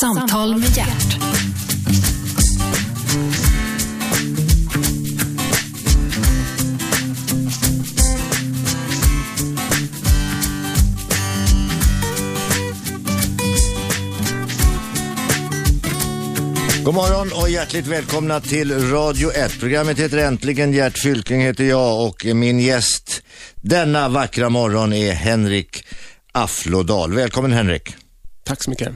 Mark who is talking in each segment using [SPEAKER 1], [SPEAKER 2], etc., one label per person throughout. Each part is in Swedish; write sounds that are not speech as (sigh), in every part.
[SPEAKER 1] Samtal med hjärt.
[SPEAKER 2] God morgon och hjärtligt välkomna till Radio 1. Programmet heter Äntligen. Gert Fylking heter jag och min gäst denna vackra morgon är Henrik Afflodal. Välkommen Henrik.
[SPEAKER 3] Tack så mycket.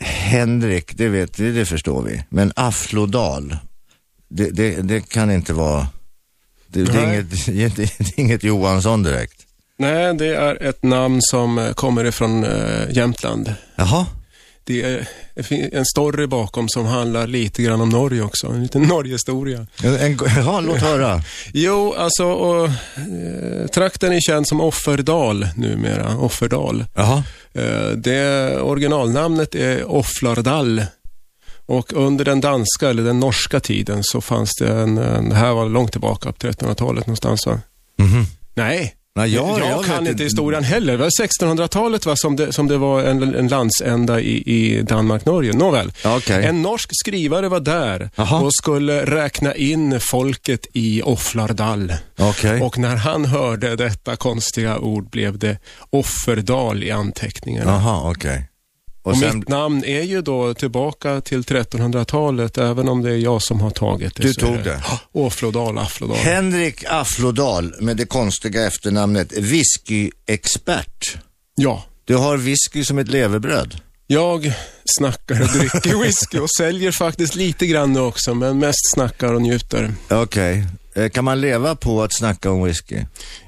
[SPEAKER 2] Henrik, det vet vi, det förstår vi. Men Afflodal, det, det, det kan inte vara... Det, det, är
[SPEAKER 3] Nej.
[SPEAKER 2] inget, (laughs) det är inget Johansson direkt.
[SPEAKER 3] Nej, det är ett namn som eh, kommer ifrån eh, Jämtland.
[SPEAKER 2] Jaha,
[SPEAKER 3] Det är det fin- en story bakom som handlar lite grann om Norge också. En liten (laughs) Norgehistoria.
[SPEAKER 2] en, en, ja, låt höra.
[SPEAKER 3] Jo, alltså, och, eh, trakten är känd som Offerdal numera. Offerdal.
[SPEAKER 2] Jaha,
[SPEAKER 3] Eh, det originalnamnet är Offlardal. Och under den danska, eller den norska tiden, så fanns det en, en det här var långt tillbaka, på 1300-talet någonstans va?
[SPEAKER 2] Mhm.
[SPEAKER 3] Nej,
[SPEAKER 2] Nej, jag,
[SPEAKER 3] jag,
[SPEAKER 2] jag
[SPEAKER 3] kan
[SPEAKER 2] vet
[SPEAKER 3] inte historien heller. Det var 1600-talet va, som, det, som det var en, en landsända i, i Danmark-Norge. Nåväl.
[SPEAKER 2] Ja, Okej.
[SPEAKER 3] En norsk skrivare var där
[SPEAKER 2] Jaha.
[SPEAKER 3] och skulle räkna in folket i Offlardal.
[SPEAKER 2] Okej.
[SPEAKER 3] Och när han hörde detta konstiga ord blev det Offerdal i anteckningarna.
[SPEAKER 2] Jaha, okej.
[SPEAKER 3] Och
[SPEAKER 2] Och sen,
[SPEAKER 3] mitt namn är ju då tillbaka till 1300-talet, även om det är jag som har tagit det.
[SPEAKER 2] Du
[SPEAKER 3] så är
[SPEAKER 2] tog det.
[SPEAKER 3] Offerdal, Afflodal.
[SPEAKER 2] Henrik Afflodal med det konstiga efternamnet whiskyexpert.
[SPEAKER 3] Ja.
[SPEAKER 2] Du har whisky som ett levebröd.
[SPEAKER 3] Jag snackar och dricker
[SPEAKER 2] (laughs)
[SPEAKER 3] whisky och säljer faktiskt lite grann nu också, men mest snackar och njuter.
[SPEAKER 2] Okej. Eh, Kan man leva på att snacka om whisky?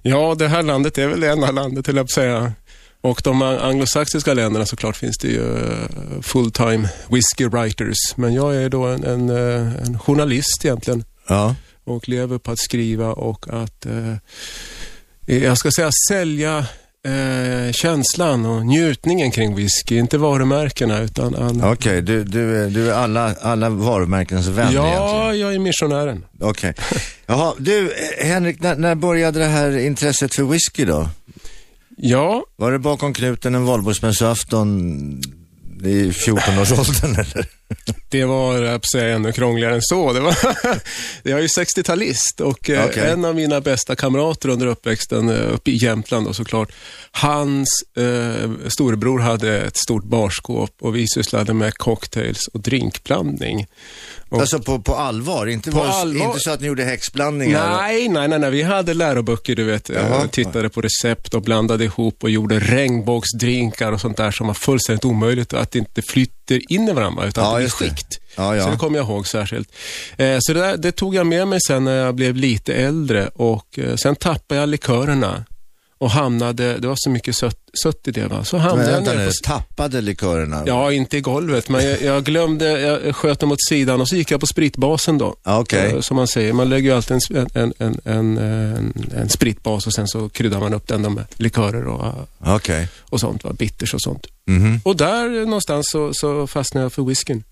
[SPEAKER 3] Ja, det här landet är väl det enda landet, höll jag på att säga. Och de an- anglosaxiska länderna såklart finns det ju eh, full-time whisky writers. Men jag är då en, en, eh, en journalist egentligen
[SPEAKER 2] Ja.
[SPEAKER 3] och lever på att skriva och att, eh, jag ska säga sälja eh, känslan och njutningen kring whisky. Inte varumärkena utan... an-
[SPEAKER 2] Okej, du, du, är- du är alla, alla varumärkens vän egentligen.
[SPEAKER 3] ja, jag är missionären.
[SPEAKER 2] Okej. Jaha, du eh, Henrik, när, när började det här intresset för whisky då?
[SPEAKER 3] Ja,
[SPEAKER 2] Var det bakom knuten en valborgsmässoafton i 14-årsåldern eller?
[SPEAKER 3] det var jag höll på att säga, ännu krångligare än så. Det var, (laughs) jag är ju 60-talist och eh,
[SPEAKER 2] Okej.
[SPEAKER 3] en av mina bästa kamrater under uppväxten eh, uppe i Jämtland då, såklart, hans eh, storebror hade ett stort barskåp och vi sysslade med cocktails och drinkblandning. Och-
[SPEAKER 2] Alltså på, på allvar? Inte,
[SPEAKER 3] På
[SPEAKER 2] var,
[SPEAKER 3] allvar?
[SPEAKER 2] inte så att ni gjorde häxblandningar?
[SPEAKER 3] Nej, nej, nej, nej, vi hade läroböcker, du vet.
[SPEAKER 2] Jaha.
[SPEAKER 3] Jag tittade på recept och blandade ihop och gjorde regnbågsdrinkar och sånt där som var fullständigt omöjligt och att det inte flyter in i varandra utan
[SPEAKER 2] Ja,
[SPEAKER 3] att det blir
[SPEAKER 2] just det.
[SPEAKER 3] skikt.
[SPEAKER 2] Ja, ja.
[SPEAKER 3] Så det kommer jag ihåg särskilt. Eh, så det, där, det tog jag med mig sen när jag blev lite äldre och eh, sen tappade jag likörerna och hamnade, det var så mycket sött, sött i det va, så
[SPEAKER 2] Men
[SPEAKER 3] hamnade jag
[SPEAKER 2] vänta
[SPEAKER 3] nere
[SPEAKER 2] nu,
[SPEAKER 3] på
[SPEAKER 2] tappade likörerna?
[SPEAKER 3] Ja, inte i golvet, men jag, jag glömde, jag sköt dem åt sidan och så gick jag på spritbasen då.
[SPEAKER 2] Ja, Okej.
[SPEAKER 3] Eh, Som man säger, man lägger ju alltid en, en, en, en, en, en spritbas och sen så kryddar man upp den då med likörer och,
[SPEAKER 2] Okej.
[SPEAKER 3] och sånt, va? bitters och sånt.
[SPEAKER 2] Mhm.
[SPEAKER 3] Och där eh, någonstans så, så fastnade jag för whiskyn.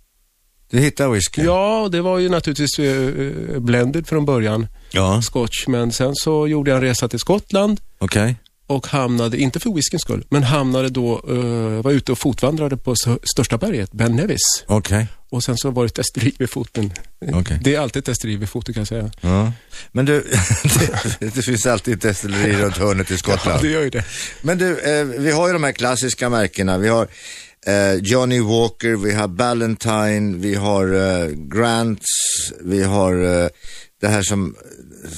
[SPEAKER 2] Du hittar whisky?
[SPEAKER 3] Ja, det var ju naturligtvis eh, eh, blended från början,
[SPEAKER 2] Ja.
[SPEAKER 3] scotch, men sen så gjorde jag en resa till Skottland
[SPEAKER 2] Okej.
[SPEAKER 3] och hamnade, inte för whiskyns skull, men hamnade då, eh, var ute och fotvandrade på s- största berget, Ben Nevis.
[SPEAKER 2] Okej.
[SPEAKER 3] Och sen så var det testeri vid foten.
[SPEAKER 2] Okej.
[SPEAKER 3] Det är alltid testeri vid foten kan jag säga.
[SPEAKER 2] Ja. Men du, (laughs) det, det finns alltid ett destilleri runt hörnet i
[SPEAKER 3] Ja,
[SPEAKER 2] Skottland.
[SPEAKER 3] det gör ju det.
[SPEAKER 2] Men du, eh, vi har ju de här klassiska märkena. Vi har eh, Johnny Walker, vi har Ballantine, vi har eh, Grants, vi har eh, det här som,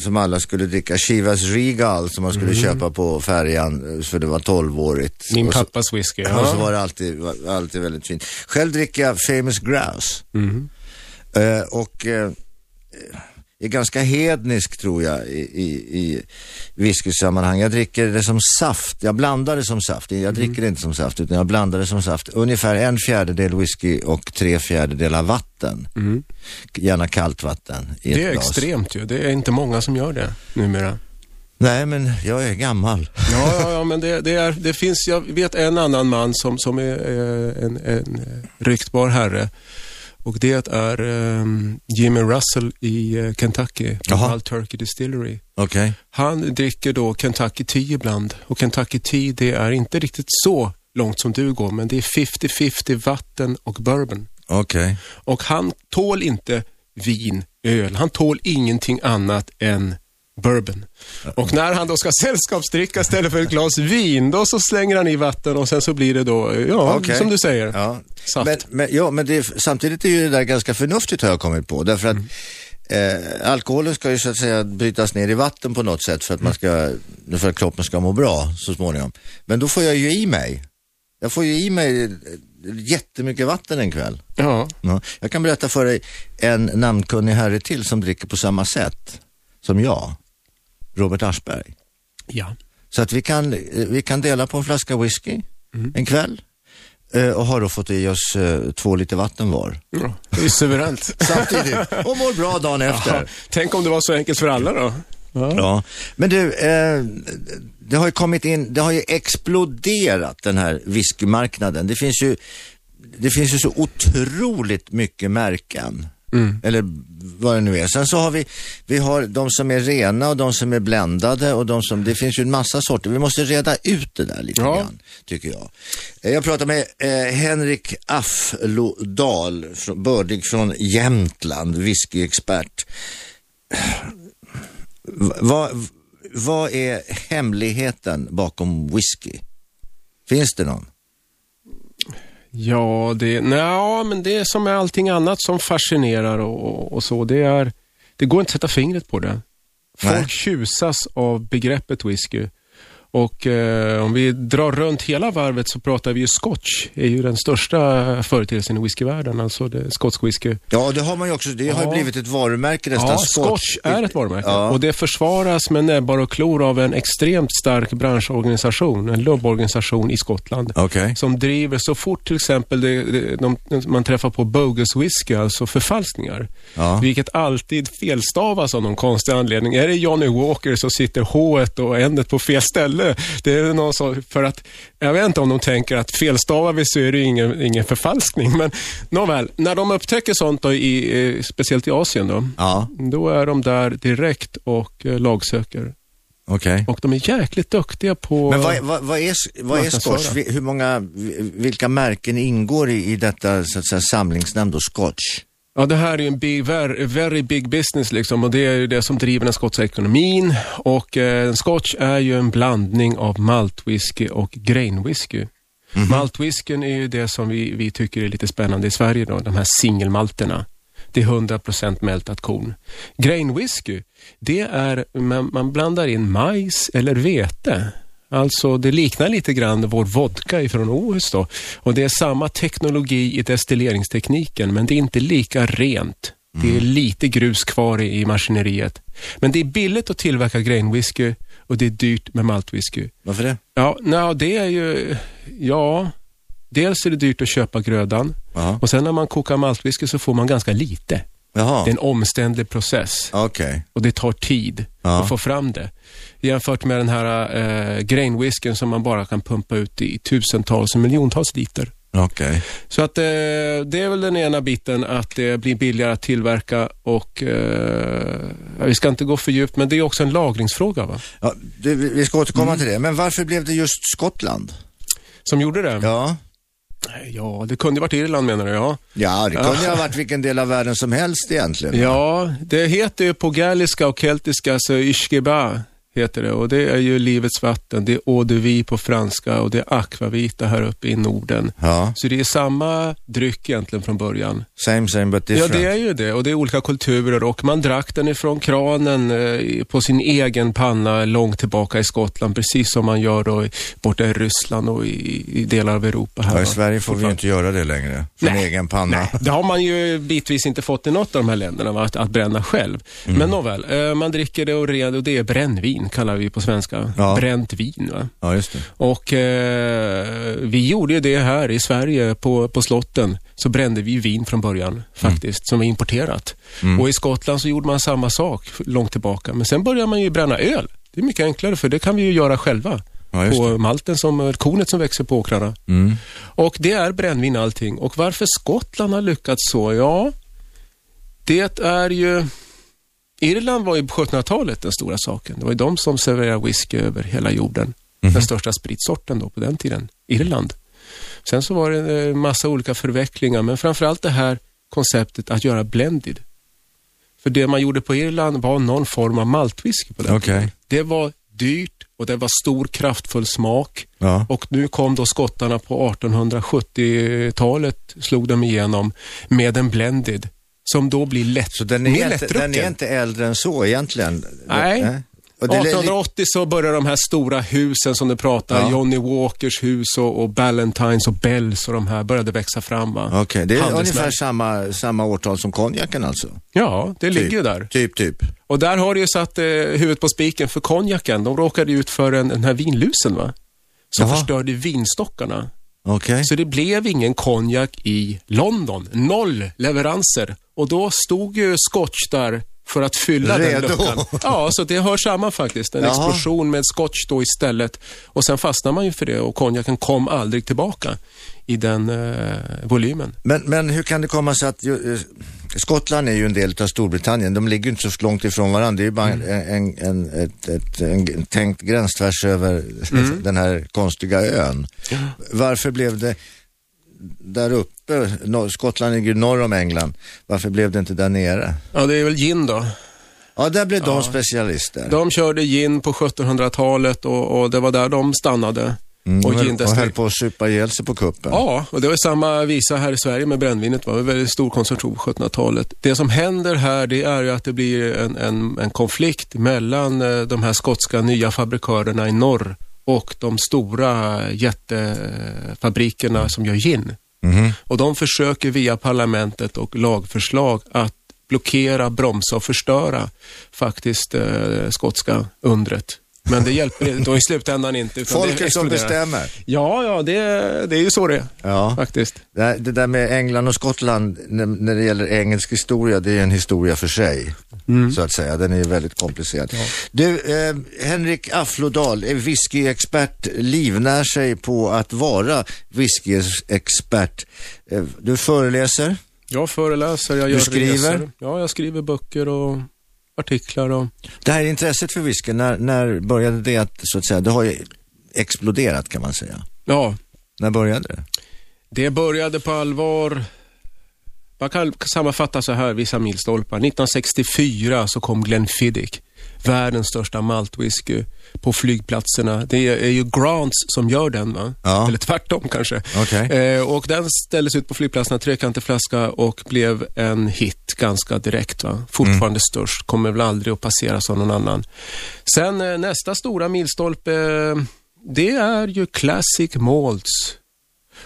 [SPEAKER 2] som alla skulle dricka, Chivas Regal som man skulle köpa på färjan eh, för det var tolvårigt.
[SPEAKER 3] Mm. Min
[SPEAKER 2] Och så-
[SPEAKER 3] pappas whisky.
[SPEAKER 2] Och så var det alltid, var- alltid väldigt fint. Själv dricker jag Famous Grouse.
[SPEAKER 3] Mm.
[SPEAKER 2] Eh, och eh, är ganska hednisk tror jag i, i, i whiskysammanhang. Jag dricker det som saft. Jag blandar det som saft.
[SPEAKER 3] Mm.
[SPEAKER 2] Jag dricker det inte som saft utan jag blandar det som saft. Ungefär en fjärdedel whisky och tre fjärdedelar vatten. Gärna kallt vatten i ett
[SPEAKER 3] Mm. Det är
[SPEAKER 2] glas.
[SPEAKER 3] extremt ju. Det är inte många som gör det
[SPEAKER 2] (laughs)
[SPEAKER 3] numera.
[SPEAKER 2] Nej men jag är gammal.
[SPEAKER 3] Ja, ja, ja men det, det, är, det finns, jag vet en annan man som, som är eh, en, en eh, ryktbar herre. Och det är eh, Jimmy Russell i eh, Kentucky, på
[SPEAKER 2] Jaha.
[SPEAKER 3] Wild Turkey Distillery.
[SPEAKER 2] Okej.
[SPEAKER 3] Han dricker då Kentucky Tea ibland och Kentucky Tea det är inte riktigt så långt som du går men det är 50-50 vatten och bourbon.
[SPEAKER 2] Okej.
[SPEAKER 3] Och han tål inte vin, öl. Han tål ingenting annat än bourbon. Och när han då ska (laughs) sällskapsdricka istället för ett glas vin, då så slänger han i vatten och sen så blir det då, ja,
[SPEAKER 2] Okej.
[SPEAKER 3] som du säger,
[SPEAKER 2] Ja.
[SPEAKER 3] saft.
[SPEAKER 2] Men, men, ja, men det, är- samtidigt är ju det där ganska förnuftigt har jag kommit på. Därför att eh, alkoholen ska ju så att säga brytas ner i vatten på något sätt för att, man ska, för att kroppen ska må bra så småningom. Men då får jag ju i mig. Jag får ju i mig eh, jättemycket vatten en kväll.
[SPEAKER 3] Ja,
[SPEAKER 2] Ja. Jag kan berätta för dig en namnkunnig herre till som dricker på samma sätt som jag. Robert Aschberg.
[SPEAKER 3] ja.
[SPEAKER 2] Så att vi kan, eh, vi kan dela på en flaska whisky en kväll eh, och har då fått i oss eh, två liter vatten var.
[SPEAKER 3] ja. Det är (laughs) suveränt.
[SPEAKER 2] Samtidigt och mår bra dagen efter.
[SPEAKER 3] Tänk om det var så enkelt för alla då. Ja.
[SPEAKER 2] Ja. Men du, eh, det har ju kommit in, det har ju exploderat den här whiskymarknaden. Det finns ju, det finns ju så otroligt mycket märken.
[SPEAKER 3] Mm.
[SPEAKER 2] Eller vad det nu är. Sen så har vi, vi har de som är rena och de som är bländade och de som, det finns ju en massa sorter. Vi måste reda ut det där lite
[SPEAKER 3] Ja.
[SPEAKER 2] grann, tycker jag. Eh, Jag pratade med eh, Henrik Afflodal, från- bördig från Jämtland, whiskyexpert. V- Vad, vad är hemligheten bakom whisky? Finns det någon?
[SPEAKER 3] Ja, det, nja, men det är som med allting annat som fascinerar och, och, och så. Det, är, det går inte att sätta fingret på det. Folk
[SPEAKER 2] Nej.
[SPEAKER 3] tjusas av begreppet whisky. Och eh, om vi drar runt hela varvet så pratar vi ju scotch. är ju den största företeelsen i whiskyvärlden, alltså det, skotsk whisky.
[SPEAKER 2] Ja, det har man ju också. Det har ju
[SPEAKER 3] Ja.
[SPEAKER 2] blivit ett varumärke nästan.
[SPEAKER 3] Ja, scotch är ett varumärke
[SPEAKER 2] Ja.
[SPEAKER 3] och det försvaras med näbbar och klor av en extremt stark branschorganisation, en lobborganisation i Skottland
[SPEAKER 2] Okej.
[SPEAKER 3] som driver så fort till exempel det, det, de, man träffar på bogus whisky, alltså förfalskningar.
[SPEAKER 2] Ja.
[SPEAKER 3] Vilket alltid felstavas av någon konstig anledning. Är det Johnny Walker så sitter H och N på fel ställe. Det är någon som, för att, jag vet inte om de tänker att felstavar vi så är det ingen, ingen förfalskning. Men nåväl, när de upptäcker sånt då i, eh, speciellt i Asien då,
[SPEAKER 2] Ja,
[SPEAKER 3] då är de där direkt och eh, lagsöker.
[SPEAKER 2] okej.
[SPEAKER 3] Och de är jäkligt duktiga på...
[SPEAKER 2] Men vad, vad, vad är, vad är
[SPEAKER 3] Marknadsföra.
[SPEAKER 2] scotch? Vi- Hur många, vilka märken ingår i, i detta så att säga, samlingsnamn då, scotch?
[SPEAKER 3] Ja, det här är ju en big, ver- very big business liksom och det är ju det som driver den skotska ekonomin. Och eh, scotch är ju en blandning av maltwhisky och grainwhisky. Maltwhiskyn är ju det som vi, vi tycker är lite spännande i Sverige då, de här singelmalterna. Det är 100% mältat korn. Grainwhisky, det är, man, man blandar in majs eller vete. Alltså det liknar lite grann vår vodka ifrån Åhus då. Och det är samma teknologi i destilleringstekniken men det är inte lika rent. Det är lite grus kvar i, i maskineriet. Men det är billigt att tillverka grainwhisky och det är dyrt med maltwhisky.
[SPEAKER 2] Varför det?
[SPEAKER 3] Ja, no, det är ju... Ja, dels är det dyrt att köpa grödan
[SPEAKER 2] Ja.
[SPEAKER 3] och sen när man kokar maltwhisky så får man ganska lite.
[SPEAKER 2] Jaha,
[SPEAKER 3] Det är en omständlig process
[SPEAKER 2] okej.
[SPEAKER 3] och det tar tid
[SPEAKER 2] Ja.
[SPEAKER 3] att få fram det. Jämfört med den här eh, grainwhiskyn som man bara kan pumpa ut i tusentals, miljontals liter.
[SPEAKER 2] Okej.
[SPEAKER 3] Så att eh, det är väl den ena biten att det blir billigare att tillverka och eh, ja, vi ska inte gå för djupt men det är också en lagringsfråga va?
[SPEAKER 2] Ja, du, vi- vi ska återkomma till det. Men varför blev det just Skottland?
[SPEAKER 3] Som gjorde det?
[SPEAKER 2] Ja,
[SPEAKER 3] ja det kunde ju varit Irland menar du ja.
[SPEAKER 2] ja det kunde ju ha varit vilken del av världen som helst egentligen.
[SPEAKER 3] Ja, det heter ju på galliska och keltiska så Ishkeba heter det och det är ju livets vatten. Det är eau de vie på franska och det är akvavita här uppe i Norden.
[SPEAKER 2] Ja,
[SPEAKER 3] Så det är samma dryck egentligen från början.
[SPEAKER 2] same same but
[SPEAKER 3] Ja,
[SPEAKER 2] different.
[SPEAKER 3] det är ju det och det är olika kulturer och man drack den ifrån kranen eh, på sin egen panna långt tillbaka i Skottland, precis som man gör då i- borta i Ryssland och i, i delar av Europa. Här,
[SPEAKER 2] Ja, I
[SPEAKER 3] va?
[SPEAKER 2] Sverige får vi ju inte göra det längre. Från
[SPEAKER 3] Nej.
[SPEAKER 2] egen panna.
[SPEAKER 3] Nej, det har man ju bitvis inte fått i något av de här länderna, va? Att, att bränna själv.
[SPEAKER 2] Mm.
[SPEAKER 3] Men nåväl, eh, man dricker det och, red, och det är brännvin, kallar vi på svenska.
[SPEAKER 2] Ja.
[SPEAKER 3] Bränt vin. Va?
[SPEAKER 2] Ja, just det.
[SPEAKER 3] Och eh, vi gjorde ju det här i Sverige på, på slotten. Så brände vi vin från början
[SPEAKER 2] Mm.
[SPEAKER 3] faktiskt, som vi importerat. Och i Skottland så gjorde man samma sak f- långt tillbaka. Men sen började man ju bränna öl. Det är mycket enklare för det kan vi ju göra själva.
[SPEAKER 2] Ja, just
[SPEAKER 3] på malten, som, kornet som växer på åkrarna.
[SPEAKER 2] Mm.
[SPEAKER 3] Och det är brännvin allting. Och varför Skottland har lyckats så, ja, det är ju... Irland var ju på 1700-talet den stora saken. Det var ju de som serverade whisky över hela jorden. Den största spritsorten då på den tiden, Irland. Sen så var det en massa olika förvecklingar, men framförallt det här konceptet att göra blended. För det man gjorde på Irland var någon form av maltwhisky på den
[SPEAKER 2] Okej.
[SPEAKER 3] tiden. Det var dyrt och det var stor kraftfull smak.
[SPEAKER 2] Ja.
[SPEAKER 3] Och nu kom då skottarna på 1870-talet, slog de igenom med en blended som då blir lätt,
[SPEAKER 2] Så den
[SPEAKER 3] mer
[SPEAKER 2] är, inte,
[SPEAKER 3] lättdrucken.
[SPEAKER 2] den är inte äldre än så egentligen?
[SPEAKER 3] Nej.
[SPEAKER 2] Och det är li-
[SPEAKER 3] 1880 så börjar de här stora husen som du pratar,
[SPEAKER 2] Ja.
[SPEAKER 3] Johnny Walkers hus och, och Ballantines och Bells och de här började växa fram. Va?
[SPEAKER 2] Okej, det är
[SPEAKER 3] Handelsmärk.
[SPEAKER 2] ungefär samma, samma årtal som konjaken alltså?
[SPEAKER 3] Ja, det ligger ju där.
[SPEAKER 2] Typ, typ.
[SPEAKER 3] Och där har du ju satt eh, huvudet på spiken för konjaken. De råkade ju ut för en, den här vinlusen va? Som
[SPEAKER 2] Jaha.
[SPEAKER 3] förstörde vinstockarna.
[SPEAKER 2] Okej.
[SPEAKER 3] Så det blev ingen konjak i London. Noll leveranser. Och då stod ju Scotch där för att fylla
[SPEAKER 2] Redo.
[SPEAKER 3] den luckan. Ja, så det hör samman faktiskt. En
[SPEAKER 2] Jaha.
[SPEAKER 3] explosion med Scotch då istället. Och sen fastnade man ju för det och konjaken kom aldrig tillbaka i den eh, volymen.
[SPEAKER 2] Men, men hur kan det komma sig att ju, eh, Skottland är ju en del av Storbritannien. De ligger ju inte så långt ifrån varandra. Det är ju bara
[SPEAKER 3] Mm.
[SPEAKER 2] en, en, en, ett, ett, en g- tänkt gräns tvärs över (laughs)
[SPEAKER 3] Mm.
[SPEAKER 2] den här konstiga ön. Varför blev det där uppe, no, Skottland ligger ju norr om England, varför blev det inte där nere?
[SPEAKER 3] Ja, det är väl gin då.
[SPEAKER 2] Ja, där blev de specialister.
[SPEAKER 3] De körde gin på 1700-talet och, och det var där de stannade.
[SPEAKER 2] Mm,
[SPEAKER 3] och
[SPEAKER 2] och, höll, och
[SPEAKER 3] gindestri-
[SPEAKER 2] höll på att supa ihjäl sig på kuppen.
[SPEAKER 3] Ja, och det var samma visa här i Sverige med brännvinet. Det var en väldigt stor konsumtion på 1700-talet. Det som händer här det är ju att det blir en, en, en konflikt mellan eh, de här skotska nya fabrikörerna i norr och de stora jättefabrikerna som gör gin.
[SPEAKER 2] Mhm.
[SPEAKER 3] Och de försöker via parlamentet och lagförslag att blockera, bromsa och förstöra faktiskt eh, skotska undret. Men det hjälper då i slutändan inte. utan det
[SPEAKER 2] Folket som
[SPEAKER 3] exploderar.
[SPEAKER 2] bestämmer.
[SPEAKER 3] Ja, ja, det, det är ju så det är
[SPEAKER 2] Ja.
[SPEAKER 3] faktiskt.
[SPEAKER 2] Det det där med England och Skottland när, när det gäller engelsk historia, det är en historia för sig. Så att säga, den är ju väldigt komplicerad. Du, eh, Henrik Afflodal är whiskyexpert, livnär sig på att vara whiskyexpert. Eh, du föreläser,
[SPEAKER 3] Jag föreläser, jag gör
[SPEAKER 2] skriver?
[SPEAKER 3] resor. Ja, jag skriver böcker och artiklar och...
[SPEAKER 2] det här intresset för whisky, när, när började det att, så att säga, det har ju exploderat kan man säga.
[SPEAKER 3] Ja,
[SPEAKER 2] När började det?
[SPEAKER 3] det började på allvar... Man kan sammanfatta så här, vissa milstolpar. 1964 så kom Glenfiddich, världens största maltwhisky, på flygplatserna. Det är ju Grants som gör den, va?
[SPEAKER 2] Ja.
[SPEAKER 3] Eller tvärtom kanske.
[SPEAKER 2] Okej.
[SPEAKER 3] Eh, och den ställdes ut på flygplatserna, trekantig flaska och blev en hit ganska direkt. Va? Fortfarande störst, kommer väl aldrig att passeras av någon annan. Sen eh, nästa stora milstolpe, eh, det är ju Classic Malts.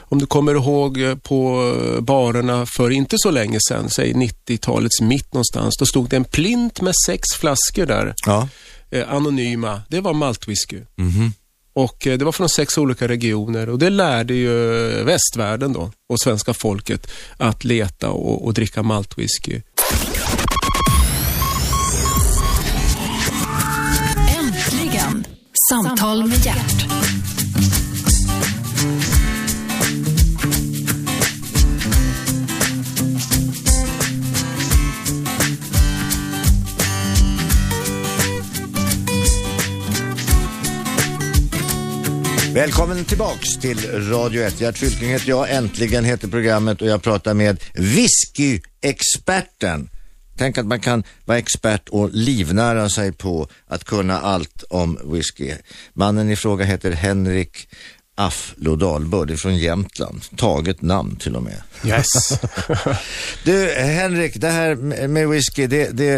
[SPEAKER 3] Om du kommer ihåg eh, på eh, barerna för inte så länge sedan, säg 90-talets mitt någonstans, då stod det en plint med sex flaskor där,
[SPEAKER 2] Ja.
[SPEAKER 3] eh, anonyma. Det var maltwhisky. Och eh, det var från sex olika regioner och det lärde ju eh, västvärlden då och svenska folket att leta och, och dricka maltwhisky.
[SPEAKER 1] Äntligen! Samtal med hjärt.
[SPEAKER 2] Välkommen tillbaks till Radio 1. Gert Fylking heter jag, äntligen heter programmet och jag pratar med whiskyexperten. Tänk att man kan vara expert och livnära sig på att kunna allt om whisky. Mannen i fråga heter Henrik Afflodal, bördig från Jämtland. Taget namn till och med.
[SPEAKER 3] Yes.
[SPEAKER 2] Du Henrik, det här med whisky, det, det,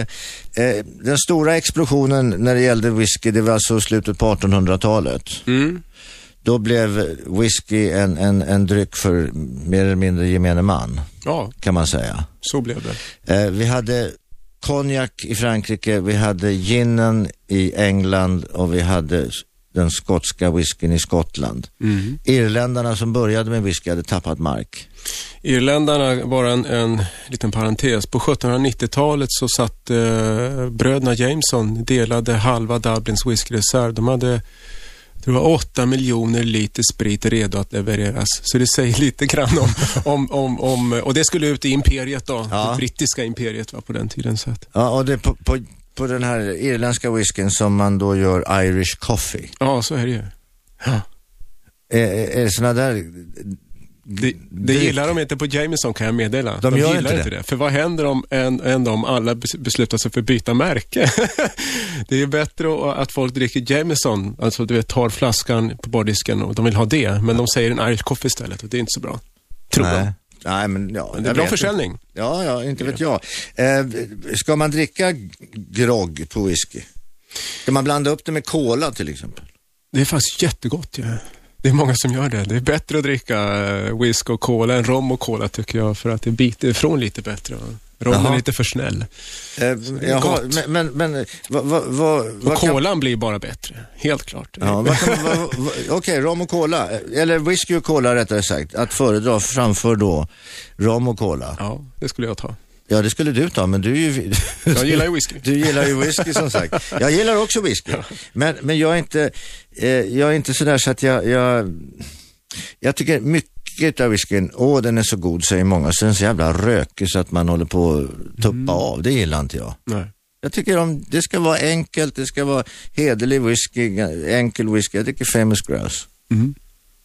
[SPEAKER 2] eh, den stora explosionen när det gällde whisky, det var alltså slutet på 1800-talet.
[SPEAKER 3] Mm.
[SPEAKER 2] Då blev whisky en, en, en dryck för mer eller mindre gemene man,
[SPEAKER 3] Ja,
[SPEAKER 2] kan man säga.
[SPEAKER 3] så blev det.
[SPEAKER 2] Eh, vi hade konjak i Frankrike, vi hade ginen i England och vi hade s- den skotska whiskyn i Skottland.
[SPEAKER 3] Mm.
[SPEAKER 2] Irländarna som började med whisky hade tappat mark.
[SPEAKER 3] Irländarna, bara en, en liten parentes. På 1790-talet så satt eh, bröderna Jameson delade halva Dublins whiskyreserv. De hade det var 8 miljoner liter sprit redo att levereras. Så det säger (laughs) lite grann om... om, om, om och det skulle ut i imperiet då.
[SPEAKER 2] Ja.
[SPEAKER 3] Det brittiska imperiet var på den tiden. Så att,
[SPEAKER 2] Ja, och det är på, på, på den här irländska whiskyn som man då gör Irish coffee.
[SPEAKER 3] ja, så är det ju. Ja.
[SPEAKER 2] Är, är det sådana där...
[SPEAKER 3] Det, det gillar de inte på Jameson kan jag meddela.
[SPEAKER 2] De gör
[SPEAKER 3] gillar
[SPEAKER 2] inte det.
[SPEAKER 3] För vad händer om en, en dag om alla bes- beslutar sig för att byta märke? (laughs) det är ju bättre att- att folk dricker Jameson, alltså du vet tar flaskan på bardisken och de vill ha det, men de säger en Irish coffee istället och det är inte så bra. Tror
[SPEAKER 2] Nej.
[SPEAKER 3] de.
[SPEAKER 2] Nej, men ja.
[SPEAKER 3] Men det är
[SPEAKER 2] jag
[SPEAKER 3] bra
[SPEAKER 2] vet
[SPEAKER 3] försäljning.
[SPEAKER 2] inte. Ja, ja, inte vet jag. Eh, ska man dricka g- grogg på whisky? Ska man blanda upp det med cola till exempel?
[SPEAKER 3] Det är faktiskt jättegott ju. Det är många som gör det. Det är bättre att dricka eh, whisky och cola än rom och cola tycker jag, för att det biter ifrån lite bättre. Rom
[SPEAKER 2] Jaha.
[SPEAKER 3] är lite för snäll.
[SPEAKER 2] Eh, jaha,
[SPEAKER 3] gott.
[SPEAKER 2] men, men, men eh, vad, vad, vad,
[SPEAKER 3] Och
[SPEAKER 2] vad kan...
[SPEAKER 3] kolan blir bara bättre, helt klart.
[SPEAKER 2] Ja, vad kan, vad, vad, Okej, rom och cola, eh, eller whisky och cola rättare sagt, att föredra framför då rom och cola.
[SPEAKER 3] Ja, det skulle jag ta.
[SPEAKER 2] Ja, det skulle du ta, men du är ju...
[SPEAKER 3] Jag gillar ju whisky.
[SPEAKER 2] Du gillar ju whisky som sagt. Jag gillar också whisky. Men, men jag är inte, eh, jag är inte sådär så att jag, jag, jag tycker mycket av whiskyn, åh den är så god säger många, sen så jävla rökig så att man håller på att tuppa
[SPEAKER 3] Mm.
[SPEAKER 2] av. Det gillar inte jag.
[SPEAKER 3] Nej.
[SPEAKER 2] Jag tycker om, det ska vara enkelt, det ska vara hederlig whisky, ga- enkel whisky. Jag dricker Famous Grouse.
[SPEAKER 3] Mm.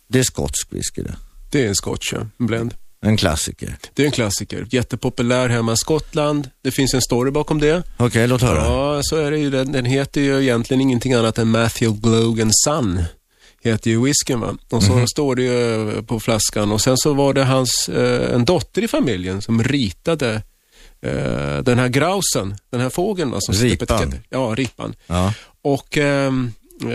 [SPEAKER 2] Det är skotsk whisky det.
[SPEAKER 3] Det är en scotch, ja. en blend.
[SPEAKER 2] En klassiker.
[SPEAKER 3] Det är en klassiker. Jättepopulär hemma i Skottland. Det finns en story bakom det.
[SPEAKER 2] Okej, låt höra.
[SPEAKER 3] Ja, så är det ju. Den, den heter ju egentligen ingenting annat än Matthew Glogan Son. Heter ju whiskyn va. Och så står det ju på flaskan. Och sen så var det hans, eh, en dotter i familjen som ritade eh, den här grausen, den här fågeln va. Som sitter på
[SPEAKER 2] Ripan.
[SPEAKER 3] etiketten. Ja, ripan.
[SPEAKER 2] Ja.
[SPEAKER 3] Och ehm, eh,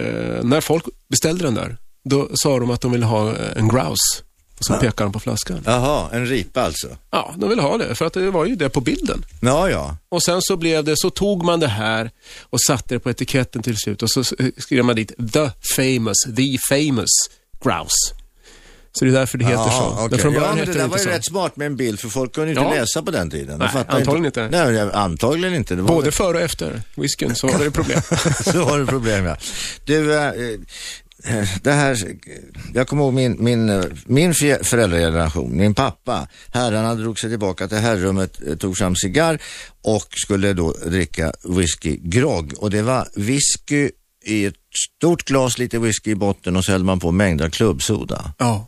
[SPEAKER 3] när folk beställde den där, då sa de att de ville ha eh, en grouse. Och så pekade de på flaskan.
[SPEAKER 2] Jaha, en ripa alltså.
[SPEAKER 3] Ja, de ville ha det, för att det var ju det på bilden.
[SPEAKER 2] Ja, ja.
[SPEAKER 3] Och sen så blev det, så tog man det här och satte det på etiketten till slut och så eh, skrev man dit The Famous, The Famous Grouse. Så det är därför det heter
[SPEAKER 2] Jaha,
[SPEAKER 3] så. Men
[SPEAKER 2] okej.
[SPEAKER 3] från
[SPEAKER 2] Ja,
[SPEAKER 3] början
[SPEAKER 2] men
[SPEAKER 3] hette det
[SPEAKER 2] det där
[SPEAKER 3] inte
[SPEAKER 2] var ju
[SPEAKER 3] så.
[SPEAKER 2] rätt smart med en bild, för folk kunde ju inte
[SPEAKER 3] Ja.
[SPEAKER 2] läsa på den tiden. De
[SPEAKER 3] Nej,
[SPEAKER 2] fattar
[SPEAKER 3] antagligen inte.
[SPEAKER 2] Nej, ja, antagligen inte. Det var
[SPEAKER 3] Både
[SPEAKER 2] väl-
[SPEAKER 3] före och efter whiskyn så var det problem.
[SPEAKER 2] (laughs) Så var det problem, ja. Du, eh, eh, det här, jag kommer ihåg min, min, eh, min fje- föräldrageneration, min pappa, herrarna drog sig tillbaka till herrummet, eh, tog fram cigarr och skulle då dricka whisky grogg. Och det var whisky i ett stort glas, lite whisky i botten och så hällde man på mängder av klubbsoda.
[SPEAKER 3] ja.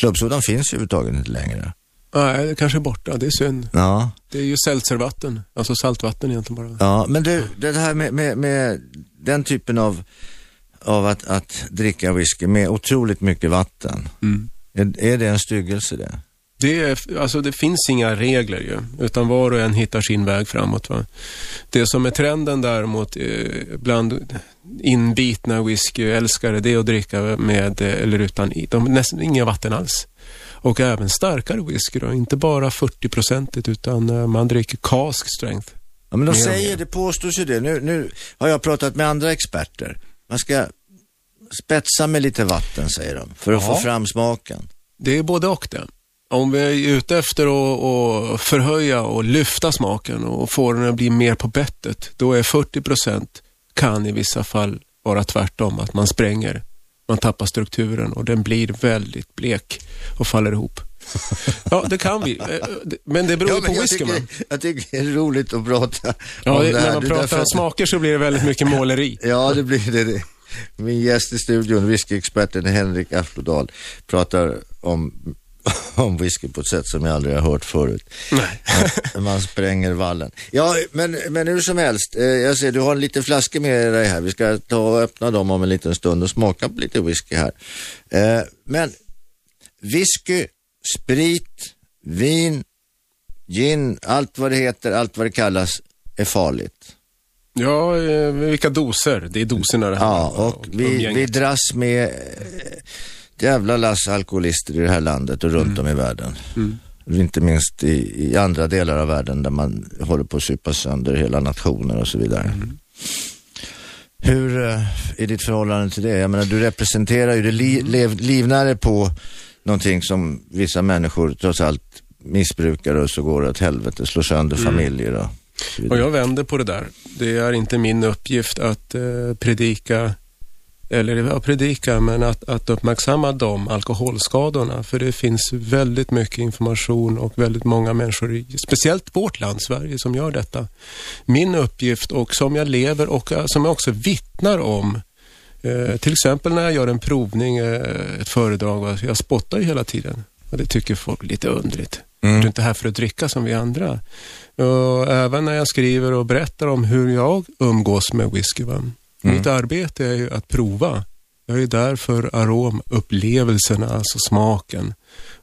[SPEAKER 2] Klubbsodan finns ju överhuvudtaget inte längre.
[SPEAKER 3] Nej, det kanske är borta. Det är synd.
[SPEAKER 2] Ja.
[SPEAKER 3] Det är ju seltzervatten, alltså saltvatten egentligen bara.
[SPEAKER 2] Ja, men du, det här med, med, med den typen av, av att, att dricka whisky med otroligt mycket vatten.
[SPEAKER 3] Mm.
[SPEAKER 2] Är, är det en styggelse det?
[SPEAKER 3] Det, är, alltså det finns inga regler ju, utan var och en hittar sin väg framåt. Va? Det som är trenden däremot eh, bland inbitna whiskyälskare, det är att dricka med eh, eller utan, i- de, nästan inga vatten alls. Och även starkare whisky då, inte bara 40-procentigt utan eh, man dricker cask strength.
[SPEAKER 2] Ja, men de
[SPEAKER 3] Mer och
[SPEAKER 2] säger,
[SPEAKER 3] mer.
[SPEAKER 2] det påstås ju det. Nu, nu har jag pratat med andra experter. Man ska spetsa med lite vatten säger de, för att
[SPEAKER 3] Ja.
[SPEAKER 2] få fram smaken.
[SPEAKER 3] Det är både och det. Om vi är ute efter att att förhöja och lyfta smaken och få den att bli mer på bettet, då är 40 procent kan i vissa fall vara tvärtom, att man spränger. Man tappar strukturen och den blir väldigt blek och faller (laughs) ihop. Ja, det kan vi. Eh, eh, det- Men det beror
[SPEAKER 2] Ja,
[SPEAKER 3] ju
[SPEAKER 2] men
[SPEAKER 3] på
[SPEAKER 2] jag,
[SPEAKER 3] whisky.
[SPEAKER 2] tycker,
[SPEAKER 3] man.
[SPEAKER 2] jag tycker det är roligt att prata
[SPEAKER 3] Ja,
[SPEAKER 2] om
[SPEAKER 3] det,
[SPEAKER 2] det här.
[SPEAKER 3] när man
[SPEAKER 2] Det är därför
[SPEAKER 3] pratar om
[SPEAKER 2] att-
[SPEAKER 3] smaker så blir det väldigt mycket måleri.
[SPEAKER 2] (laughs) Ja, det blir det. det. Min gäst i studion, whiskyexperten Henrik Aflodal, pratar om, (laughs) om whisky på ett sätt som jag aldrig har hört förut.
[SPEAKER 3] Nej.
[SPEAKER 2] Man, man spränger vallen. Ja, men, men hur som helst, eh, jag ser du har en liten flaska med dig här. Vi ska ta och öppna dem om en liten stund och smaka på lite whisky här. Eh, men whisky, sprit, vin, gin, allt vad det heter, allt vad det kallas är farligt.
[SPEAKER 3] Ja, eh, vilka doser? Det är doserna det här.
[SPEAKER 2] Ja, och vi, vi dras med eh, ett jävla lass alkoholister i det här landet och
[SPEAKER 3] Mm.
[SPEAKER 2] runt om i världen. Inte minst i, i andra delar av världen där man håller på att supa sönder hela nationer och så vidare.
[SPEAKER 3] Mm.
[SPEAKER 2] Hur eh, är ditt förhållande till det? Jag menar, du representerar ju, du li,
[SPEAKER 3] Mm.
[SPEAKER 2] lev, livnär dig på någonting som vissa människor trots allt missbrukar och så går det åt helvete, slår sönder familjer och så
[SPEAKER 3] Mm. Och
[SPEAKER 2] vidare.
[SPEAKER 3] jag vänder på det där. Det är inte min uppgift att eh, predika, eller ja, predika, men att, att uppmärksamma de alkoholskadorna. För det finns väldigt mycket information och väldigt många människor, i, speciellt vårt land, Sverige, som gör detta. Min uppgift och som jag lever och eh, som jag också vittnar om Eh, till exempel när jag gör en provning, eh, ett föredrag, va, jag spottar ju hela tiden. Och det tycker folk är lite underligt. Du är inte här för att dricka som vi andra. Och även när jag skriver och berättar om hur jag umgås med whisky. Va?
[SPEAKER 2] Mm.
[SPEAKER 3] Mitt arbete är ju att prova. Jag är där för aromupplevelserna, alltså smaken.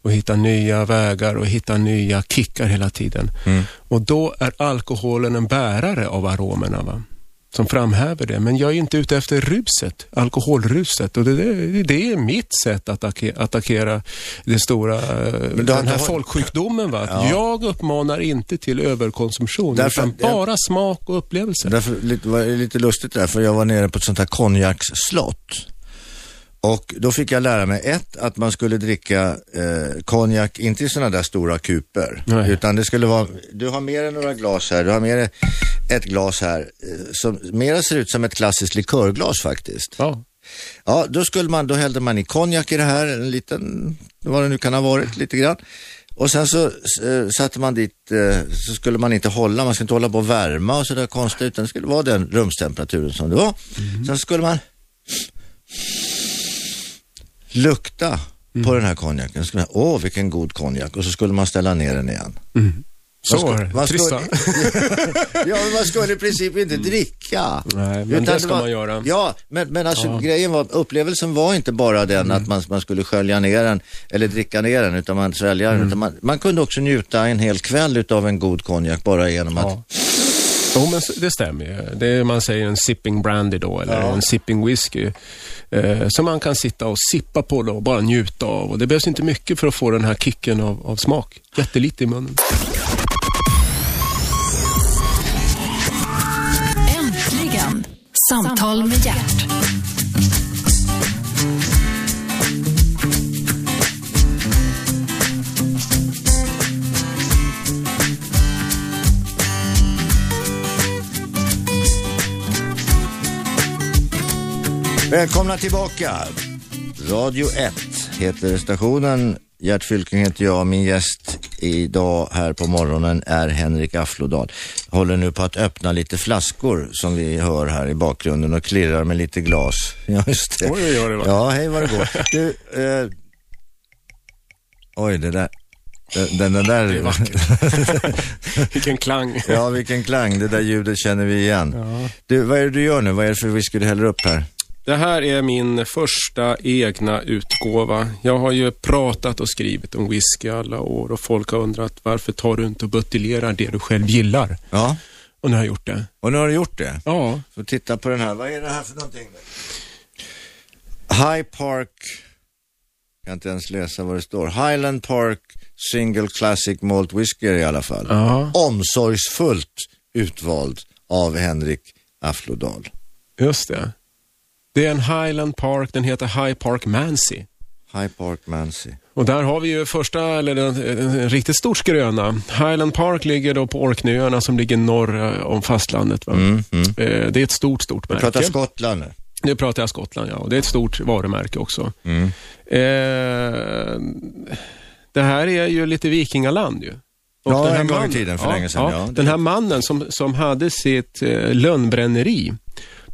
[SPEAKER 3] Och hitta nya vägar och hitta nya kickar hela tiden.
[SPEAKER 2] Mm.
[SPEAKER 3] Och då är alkoholen en bärare av aromerna. Va? som framhäver det. Men jag är inte ute efter ruset, alkoholruset. Och det, det, det är mitt sätt att attake- attackera det stora, eh,
[SPEAKER 2] du har
[SPEAKER 3] den här
[SPEAKER 2] inte-
[SPEAKER 3] folksjukdomen. Va? Att
[SPEAKER 2] Ja.
[SPEAKER 3] Jag uppmanar inte till överkonsumtion,
[SPEAKER 2] Därför
[SPEAKER 3] utan
[SPEAKER 2] att jag-
[SPEAKER 3] bara smak och upplevelser.
[SPEAKER 2] Därför lite- var det lite lustigt där, för jag var nere på ett sånt här konjaksslott. Och då fick jag lära mig ett, att man skulle dricka eh, konjak, inte i sådana där stora kuper.
[SPEAKER 3] Nej.
[SPEAKER 2] Utan det skulle vara, du har med dig några glas här, du har med dig ett glas här. Eh, som mera ser ut som ett klassiskt likörglas faktiskt.
[SPEAKER 3] Ja.
[SPEAKER 2] Ja, då, skulle man, då hällde man i konjak i det här, en liten, vad det nu kan ha varit, lite grann. Och sen så eh, satte man dit, eh, så skulle man inte hålla, man ska inte hålla på att värma och sådär konstigt, utan det skulle vara den rumstemperaturen som det var. Sen skulle man lukta på den här konjaken. Så Skulle man, Åh, vilken god konjak. Och så skulle man ställa ner den igen.
[SPEAKER 3] Mm. Så
[SPEAKER 2] ska-
[SPEAKER 3] var det.
[SPEAKER 2] vad ska-
[SPEAKER 3] Trista.
[SPEAKER 2] (laughs) Ja, men man skulle i princip inte dricka.
[SPEAKER 3] Mm. Nej, men det ska
[SPEAKER 2] var,
[SPEAKER 3] man göra.
[SPEAKER 2] Ja, men, men alltså grejen var, upplevelsen var inte bara den
[SPEAKER 3] Mm.
[SPEAKER 2] att man, man skulle skölja ner den eller dricka ner den, utan man svälja
[SPEAKER 3] Mm.
[SPEAKER 2] den. Utan man, man kunde också njuta en hel kväll utav en god konjak bara genom att...
[SPEAKER 3] Ja. Jo, men det stämmer ju. Det är, man säger en sipping brandy då, eller en sipping whisky. Eh, som man kan sitta och sippa på då och bara njuta av. Och det behövs inte mycket för att få den här kicken av, av smak. Jättelite i munnen.
[SPEAKER 1] Äntligen! Samtal med hjärt.
[SPEAKER 2] Välkomna tillbaka! Radio 1 heter stationen. Gert Fylking heter jag. Min gäst idag här på morgonen är Henrik Afflodal. Håller nu på att öppna lite flaskor som vi hör här i bakgrunden och klirrar med lite glas. (laughs) Ja, just det.
[SPEAKER 3] Oj, vad det gör det, va?
[SPEAKER 2] Ja, hej vad det går. Du, eh... Oj, det där. Den, den, den där...
[SPEAKER 3] (laughs) Vilken klang.
[SPEAKER 2] (laughs) ja, vilken klang. Det där ljudet känner vi igen. Du, vad är det du gör nu? Vad är det för whisky du häller upp här?
[SPEAKER 3] Det här är min första egna utgåva. Jag har ju pratat och skrivit om whisky alla år och folk har undrat varför tar du inte och buteljerar det du själv gillar?
[SPEAKER 2] Ja,
[SPEAKER 3] Och nu har jag gjort det.
[SPEAKER 2] och nu har du gjort det.
[SPEAKER 3] Ja,
[SPEAKER 2] Så titta på den här, vad är det här för någonting? High Park, jag kan inte ens läsa vad det står. Highland Park Single Classic Malt Whiskey i alla fall.
[SPEAKER 3] Ja.
[SPEAKER 2] Omsorgsfullt utvald av Henrik Afflodal.
[SPEAKER 3] just det. Det är en Highland Park, den heter High Park Mansi.
[SPEAKER 2] High Park Mansi.
[SPEAKER 3] Och där har vi ju första, eller en, en, en riktigt stor skröna. Highland Park ligger då på Orkneyöarna som ligger norr eh, om fastlandet. Va? Eh, Det är ett stort, stort märke.
[SPEAKER 2] Prata Skottland nu.
[SPEAKER 3] Nu pratar jag Skottland, ja. Och det är ett stort varumärke också.
[SPEAKER 2] Mm.
[SPEAKER 3] Eh, det här är ju lite vikingaland ju. Och
[SPEAKER 2] Ja,
[SPEAKER 3] den här
[SPEAKER 2] en gång i
[SPEAKER 3] mannen-
[SPEAKER 2] tiden, för länge sedan, ja.
[SPEAKER 3] Den här mannen som, som hade sitt eh, lönnbränneri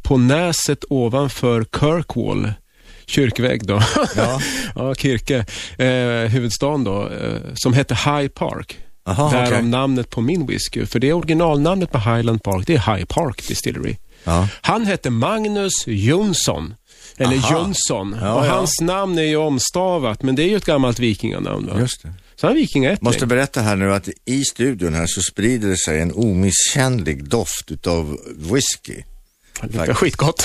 [SPEAKER 3] på näset ovanför Kirkwall, kyrkvägg då, (laughs) ja. Kirke, eh, huvudstaden då, eh, som hette High Park.
[SPEAKER 2] Aha,
[SPEAKER 3] Därav
[SPEAKER 2] okej.
[SPEAKER 3] namnet på min whisky, för det är originalnamnet på Highland Park, det är High Park Distillery.
[SPEAKER 2] Ja.
[SPEAKER 3] Han hette Magnus Jonsson. Eller
[SPEAKER 2] Aha.
[SPEAKER 3] Jönsson.
[SPEAKER 2] Ja,
[SPEAKER 3] och
[SPEAKER 2] ja.
[SPEAKER 3] hans namn är ju omstavat, men det är ju ett gammalt vikinganamn. Va?
[SPEAKER 2] Just det.
[SPEAKER 3] Så han är vikingaättling.
[SPEAKER 2] Måste berätta här nu att i studion här så sprider det sig en omisskännlig doft utav whisky.
[SPEAKER 3] Han luktar
[SPEAKER 2] (laughs)
[SPEAKER 3] skitgott.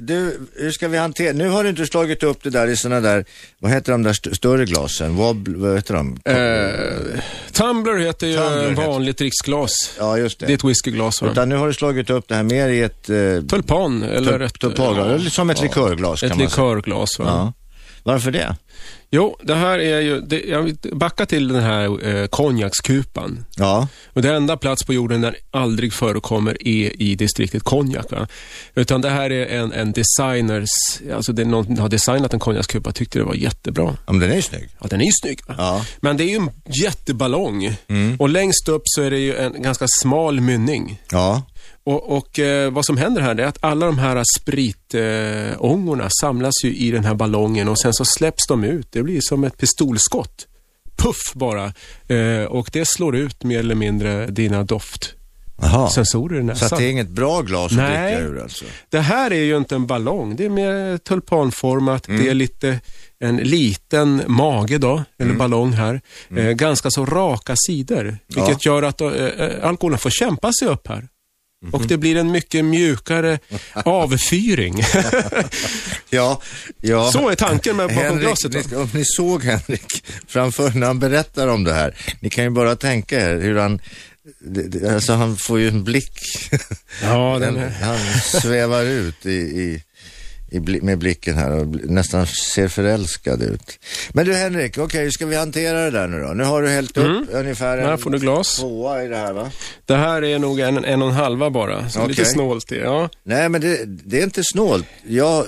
[SPEAKER 2] Du, hur ska vi hantera, nu har du inte slagit upp det där i sådana där, vad heter de där st- större glasen? Wobb, vad heter de?
[SPEAKER 3] Eh, Tumbler heter ju
[SPEAKER 2] Tumbler
[SPEAKER 3] en
[SPEAKER 2] heter-
[SPEAKER 3] vanligt dricksglas.
[SPEAKER 2] ja, just
[SPEAKER 3] Det är
[SPEAKER 2] det.
[SPEAKER 3] ett whiskyglas. Va?
[SPEAKER 2] Utan nu har du slagit upp det här mer i ett, eh,
[SPEAKER 3] Tulpan eller ett...
[SPEAKER 2] tulpanglas, eller som ett likörglas kan
[SPEAKER 3] Ett
[SPEAKER 2] man säga.
[SPEAKER 3] likörglas. Va?
[SPEAKER 2] Ja. Varför det?
[SPEAKER 3] Jo, det här är ju... Det, jag vill backa till den här eh, konjakskupan.
[SPEAKER 2] Ja,
[SPEAKER 3] Och det enda plats på jorden där aldrig förekommer är i distriktet konjak. Va? Utan det här är en, en designers, alltså det är någon som har designat en konjakskupa tyckte det var jättebra.
[SPEAKER 2] ja men den är ju snygg.
[SPEAKER 3] Ja, den är ju snygg. Va?
[SPEAKER 2] Ja.
[SPEAKER 3] Men det är ju en jätteballong. Och längst upp så är det ju en ganska smal mynning.
[SPEAKER 2] Ja,
[SPEAKER 3] Och, och eh, vad som händer här det är att alla de här spritångorna eh, ångorna samlas ju i den här ballongen och sen så släpps de ut. Det blir som ett pistolskott. Puff bara. Eh, och det slår ut mer eller mindre dina doftsensorer i
[SPEAKER 2] Jaha. Så
[SPEAKER 3] näsan.
[SPEAKER 2] att det är inget bra glas att
[SPEAKER 3] Nej.
[SPEAKER 2] dricka ur alltså?
[SPEAKER 3] Det här är ju inte en ballong, det är mer tulpanformat.
[SPEAKER 2] Mm.
[SPEAKER 3] Det är lite en liten mage då, eller
[SPEAKER 2] Mm.
[SPEAKER 3] ballong här. Eh, ganska så raka sidor, vilket gör att eh, eh, alkoholen får kämpa sig upp här. Och
[SPEAKER 2] Mhm.
[SPEAKER 3] det blir en mycket
[SPEAKER 2] (laughs)
[SPEAKER 3] mjukare avfyring.
[SPEAKER 2] Ja, ja.
[SPEAKER 3] så är tanken med bakom
[SPEAKER 2] Henrik,
[SPEAKER 3] glaset. va?
[SPEAKER 2] ni, om ni såg Henrik framför när han berättar om det här. Ni kan ju bara tänka er hur han, det- det- alltså han får ju en blick.
[SPEAKER 3] Ja, den
[SPEAKER 2] han,
[SPEAKER 3] är...
[SPEAKER 2] han svävar ut i, i, i, bli- med blicken här och bli- nästan ser förälskad ut. Men du Henrik, okej hur ska vi hantera det där nu då? Nu har du hällt upp ungefär en
[SPEAKER 3] Mm. Här får du glas.
[SPEAKER 2] tvåa i det här va?
[SPEAKER 3] Det här är nog en, en och en halva bara, så
[SPEAKER 2] Okej.
[SPEAKER 3] lite snålt det. Ja.
[SPEAKER 2] Nej, men det, det är inte snålt. Jag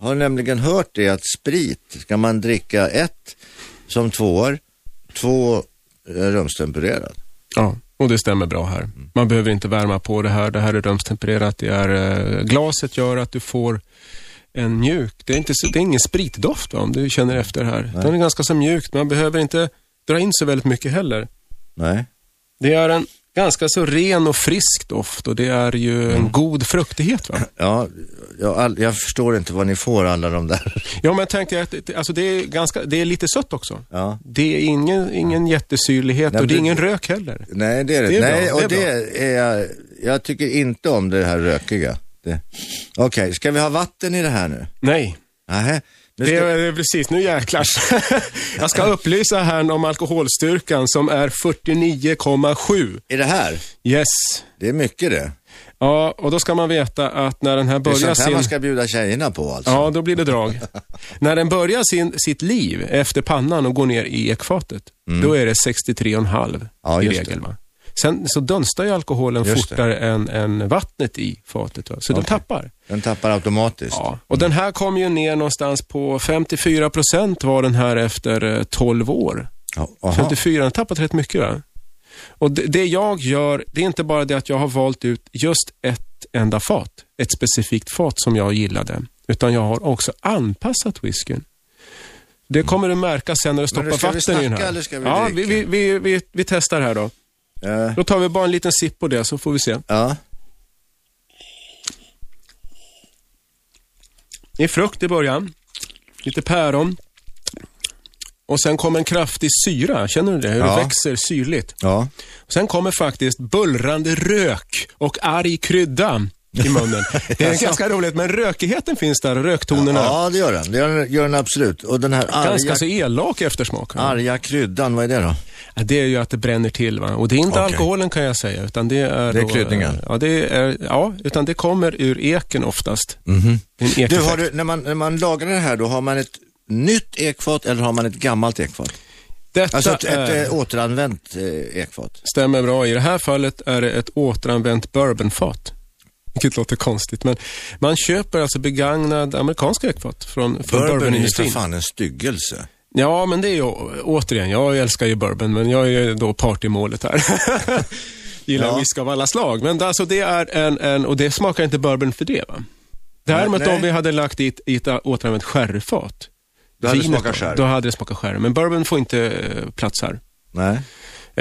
[SPEAKER 2] har nämligen hört det att sprit ska man dricka ett som tvåor, två eh, rumstempererat.
[SPEAKER 3] Ja, och det stämmer bra här.
[SPEAKER 2] Mm.
[SPEAKER 3] Man behöver inte värma på det här. Det här är rumstempererat. Det är, eh, glaset gör att du får en mjuk, det är, inte, så- det är ingen spritdoft va, om du känner efter här. Den är ganska så mjukt. Man behöver inte dra in så väldigt mycket heller.
[SPEAKER 2] Nej.
[SPEAKER 3] Det är en ganska så ren och frisk doft och det är ju
[SPEAKER 2] Mm.
[SPEAKER 3] en god fruktighet. Va?
[SPEAKER 2] Ja, jag, all, jag förstår inte vad ni får alla de där. (laughs)
[SPEAKER 3] Ja, men tänk dig att det- alltså det, är ganska, det är lite sött också.
[SPEAKER 2] Ja.
[SPEAKER 3] Det är ingen, ingen jättesyrlighet
[SPEAKER 2] Nej,
[SPEAKER 3] och det är
[SPEAKER 2] det-
[SPEAKER 3] ingen rök heller.
[SPEAKER 2] Nej, det är det,
[SPEAKER 3] Det är bra,
[SPEAKER 2] Nej,
[SPEAKER 3] det är
[SPEAKER 2] och
[SPEAKER 3] bra.
[SPEAKER 2] det är jag, jag tycker inte om det här rökiga. Det- Okej, ska vi ha vatten i det här nu?
[SPEAKER 3] Nej,
[SPEAKER 2] Nähä. Nu
[SPEAKER 3] Det
[SPEAKER 2] ska,
[SPEAKER 3] är, det är precis, nu
[SPEAKER 2] (laughs)
[SPEAKER 3] jäklar. Jag ska upplysa här om alkoholstyrkan som är 49,7.
[SPEAKER 2] I det här?
[SPEAKER 3] Yes.
[SPEAKER 2] Det är mycket det.
[SPEAKER 3] Ja, och då ska man veta att när den här
[SPEAKER 2] Det är
[SPEAKER 3] börjar
[SPEAKER 2] sånt här
[SPEAKER 3] sin...
[SPEAKER 2] man ska bjuda tjejerna på alltså.
[SPEAKER 3] Ja, då blir det
[SPEAKER 2] (laughs)
[SPEAKER 3] drag. när den börjar sin, sitt liv efter pannan och går ner i ekfatet, då är det 63,5
[SPEAKER 2] Mm. Ja,
[SPEAKER 3] i
[SPEAKER 2] just
[SPEAKER 3] regel. Va? Sen så dunstar ju alkoholen
[SPEAKER 2] Just det.
[SPEAKER 3] fortare än, än vattnet i fatet, va? så den tappar.
[SPEAKER 2] Den tappar automatiskt.
[SPEAKER 3] Ja, och den här kom ju ner någonstans på 54 procent var den här efter eh, 12 år.
[SPEAKER 2] Ja, aha.
[SPEAKER 3] 54, han har tappat rätt mycket va? Och det, det jag gör, det är inte bara det att jag har valt ut just ett enda fat, ett specifikt fat som jag gillade, utan jag har också anpassat whiskyn. Det kommer du märka sen när du
[SPEAKER 2] Men
[SPEAKER 3] stoppar
[SPEAKER 2] ska vi
[SPEAKER 3] vatten i den
[SPEAKER 2] snacka
[SPEAKER 3] här.
[SPEAKER 2] eller ska vi
[SPEAKER 3] ja, vi,
[SPEAKER 2] dricka?
[SPEAKER 3] vi, vi, vi, vi testar här då.
[SPEAKER 2] Eh,
[SPEAKER 3] Då tar vi bara en liten sipp på det så får vi se.
[SPEAKER 2] ja.
[SPEAKER 3] Det är frukt i början, lite päron och sen kommer en kraftig syra. Känner du det? Hur
[SPEAKER 2] Ja.
[SPEAKER 3] det växer syrligt.
[SPEAKER 2] Ja.
[SPEAKER 3] Sen kommer faktiskt bullrande rök och arg krydda i munnen. Det
[SPEAKER 2] (laughs)
[SPEAKER 3] är ganska roligt, men rökigheten finns där, röktonerna.
[SPEAKER 2] ja, det gör den. Det gör den, gör den absolut. Och den här
[SPEAKER 3] Ganska
[SPEAKER 2] arga,
[SPEAKER 3] så elak eftersmak. va?
[SPEAKER 2] arga kryddan, vad är det då?
[SPEAKER 3] Ja, Det är ju att det bränner till. Va? Och det är inte
[SPEAKER 2] Okej.
[SPEAKER 3] alkoholen kan jag säga. Utan det är,
[SPEAKER 2] Det är
[SPEAKER 3] då, eh,
[SPEAKER 2] kryddningen.
[SPEAKER 3] Ja, det är, ja, utan det kommer ur eken oftast. Det är en
[SPEAKER 2] Mhm. Du,
[SPEAKER 3] ekeffekt.
[SPEAKER 2] har du, när, man, när man lagrar det här, då har man ett nytt ekfat eller har man ett gammalt ekfat?
[SPEAKER 3] Detta
[SPEAKER 2] Alltså ett, ett,
[SPEAKER 3] är,
[SPEAKER 2] eh, återanvänt eh, ekfat.
[SPEAKER 3] stämmer bra. I det här fallet är det ett återanvänt bourbonfat. Vilket låter konstigt, men man köper alltså begagnad amerikanska ekfat från, från
[SPEAKER 2] Bourbon är ju för
[SPEAKER 3] bourbonindustrin.
[SPEAKER 2] fan en styggelse.
[SPEAKER 3] Ja, men det är ju, återigen, jag älskar ju bourbon, men jag är ju då partymålet här. (laughs) Gillar
[SPEAKER 2] Ja.
[SPEAKER 3] whisky av alla slag. Men alltså det är en, en, och det smakar inte bourbon för det va? Däremot
[SPEAKER 2] Nej.
[SPEAKER 3] om vi hade lagt dit i ett återanvänt sherryfat.
[SPEAKER 2] Då hade det
[SPEAKER 3] vinet
[SPEAKER 2] smakat
[SPEAKER 3] då,
[SPEAKER 2] sherry.
[SPEAKER 3] Då hade det smakat sherry, men bourbon får inte eh, plats här.
[SPEAKER 2] Nej.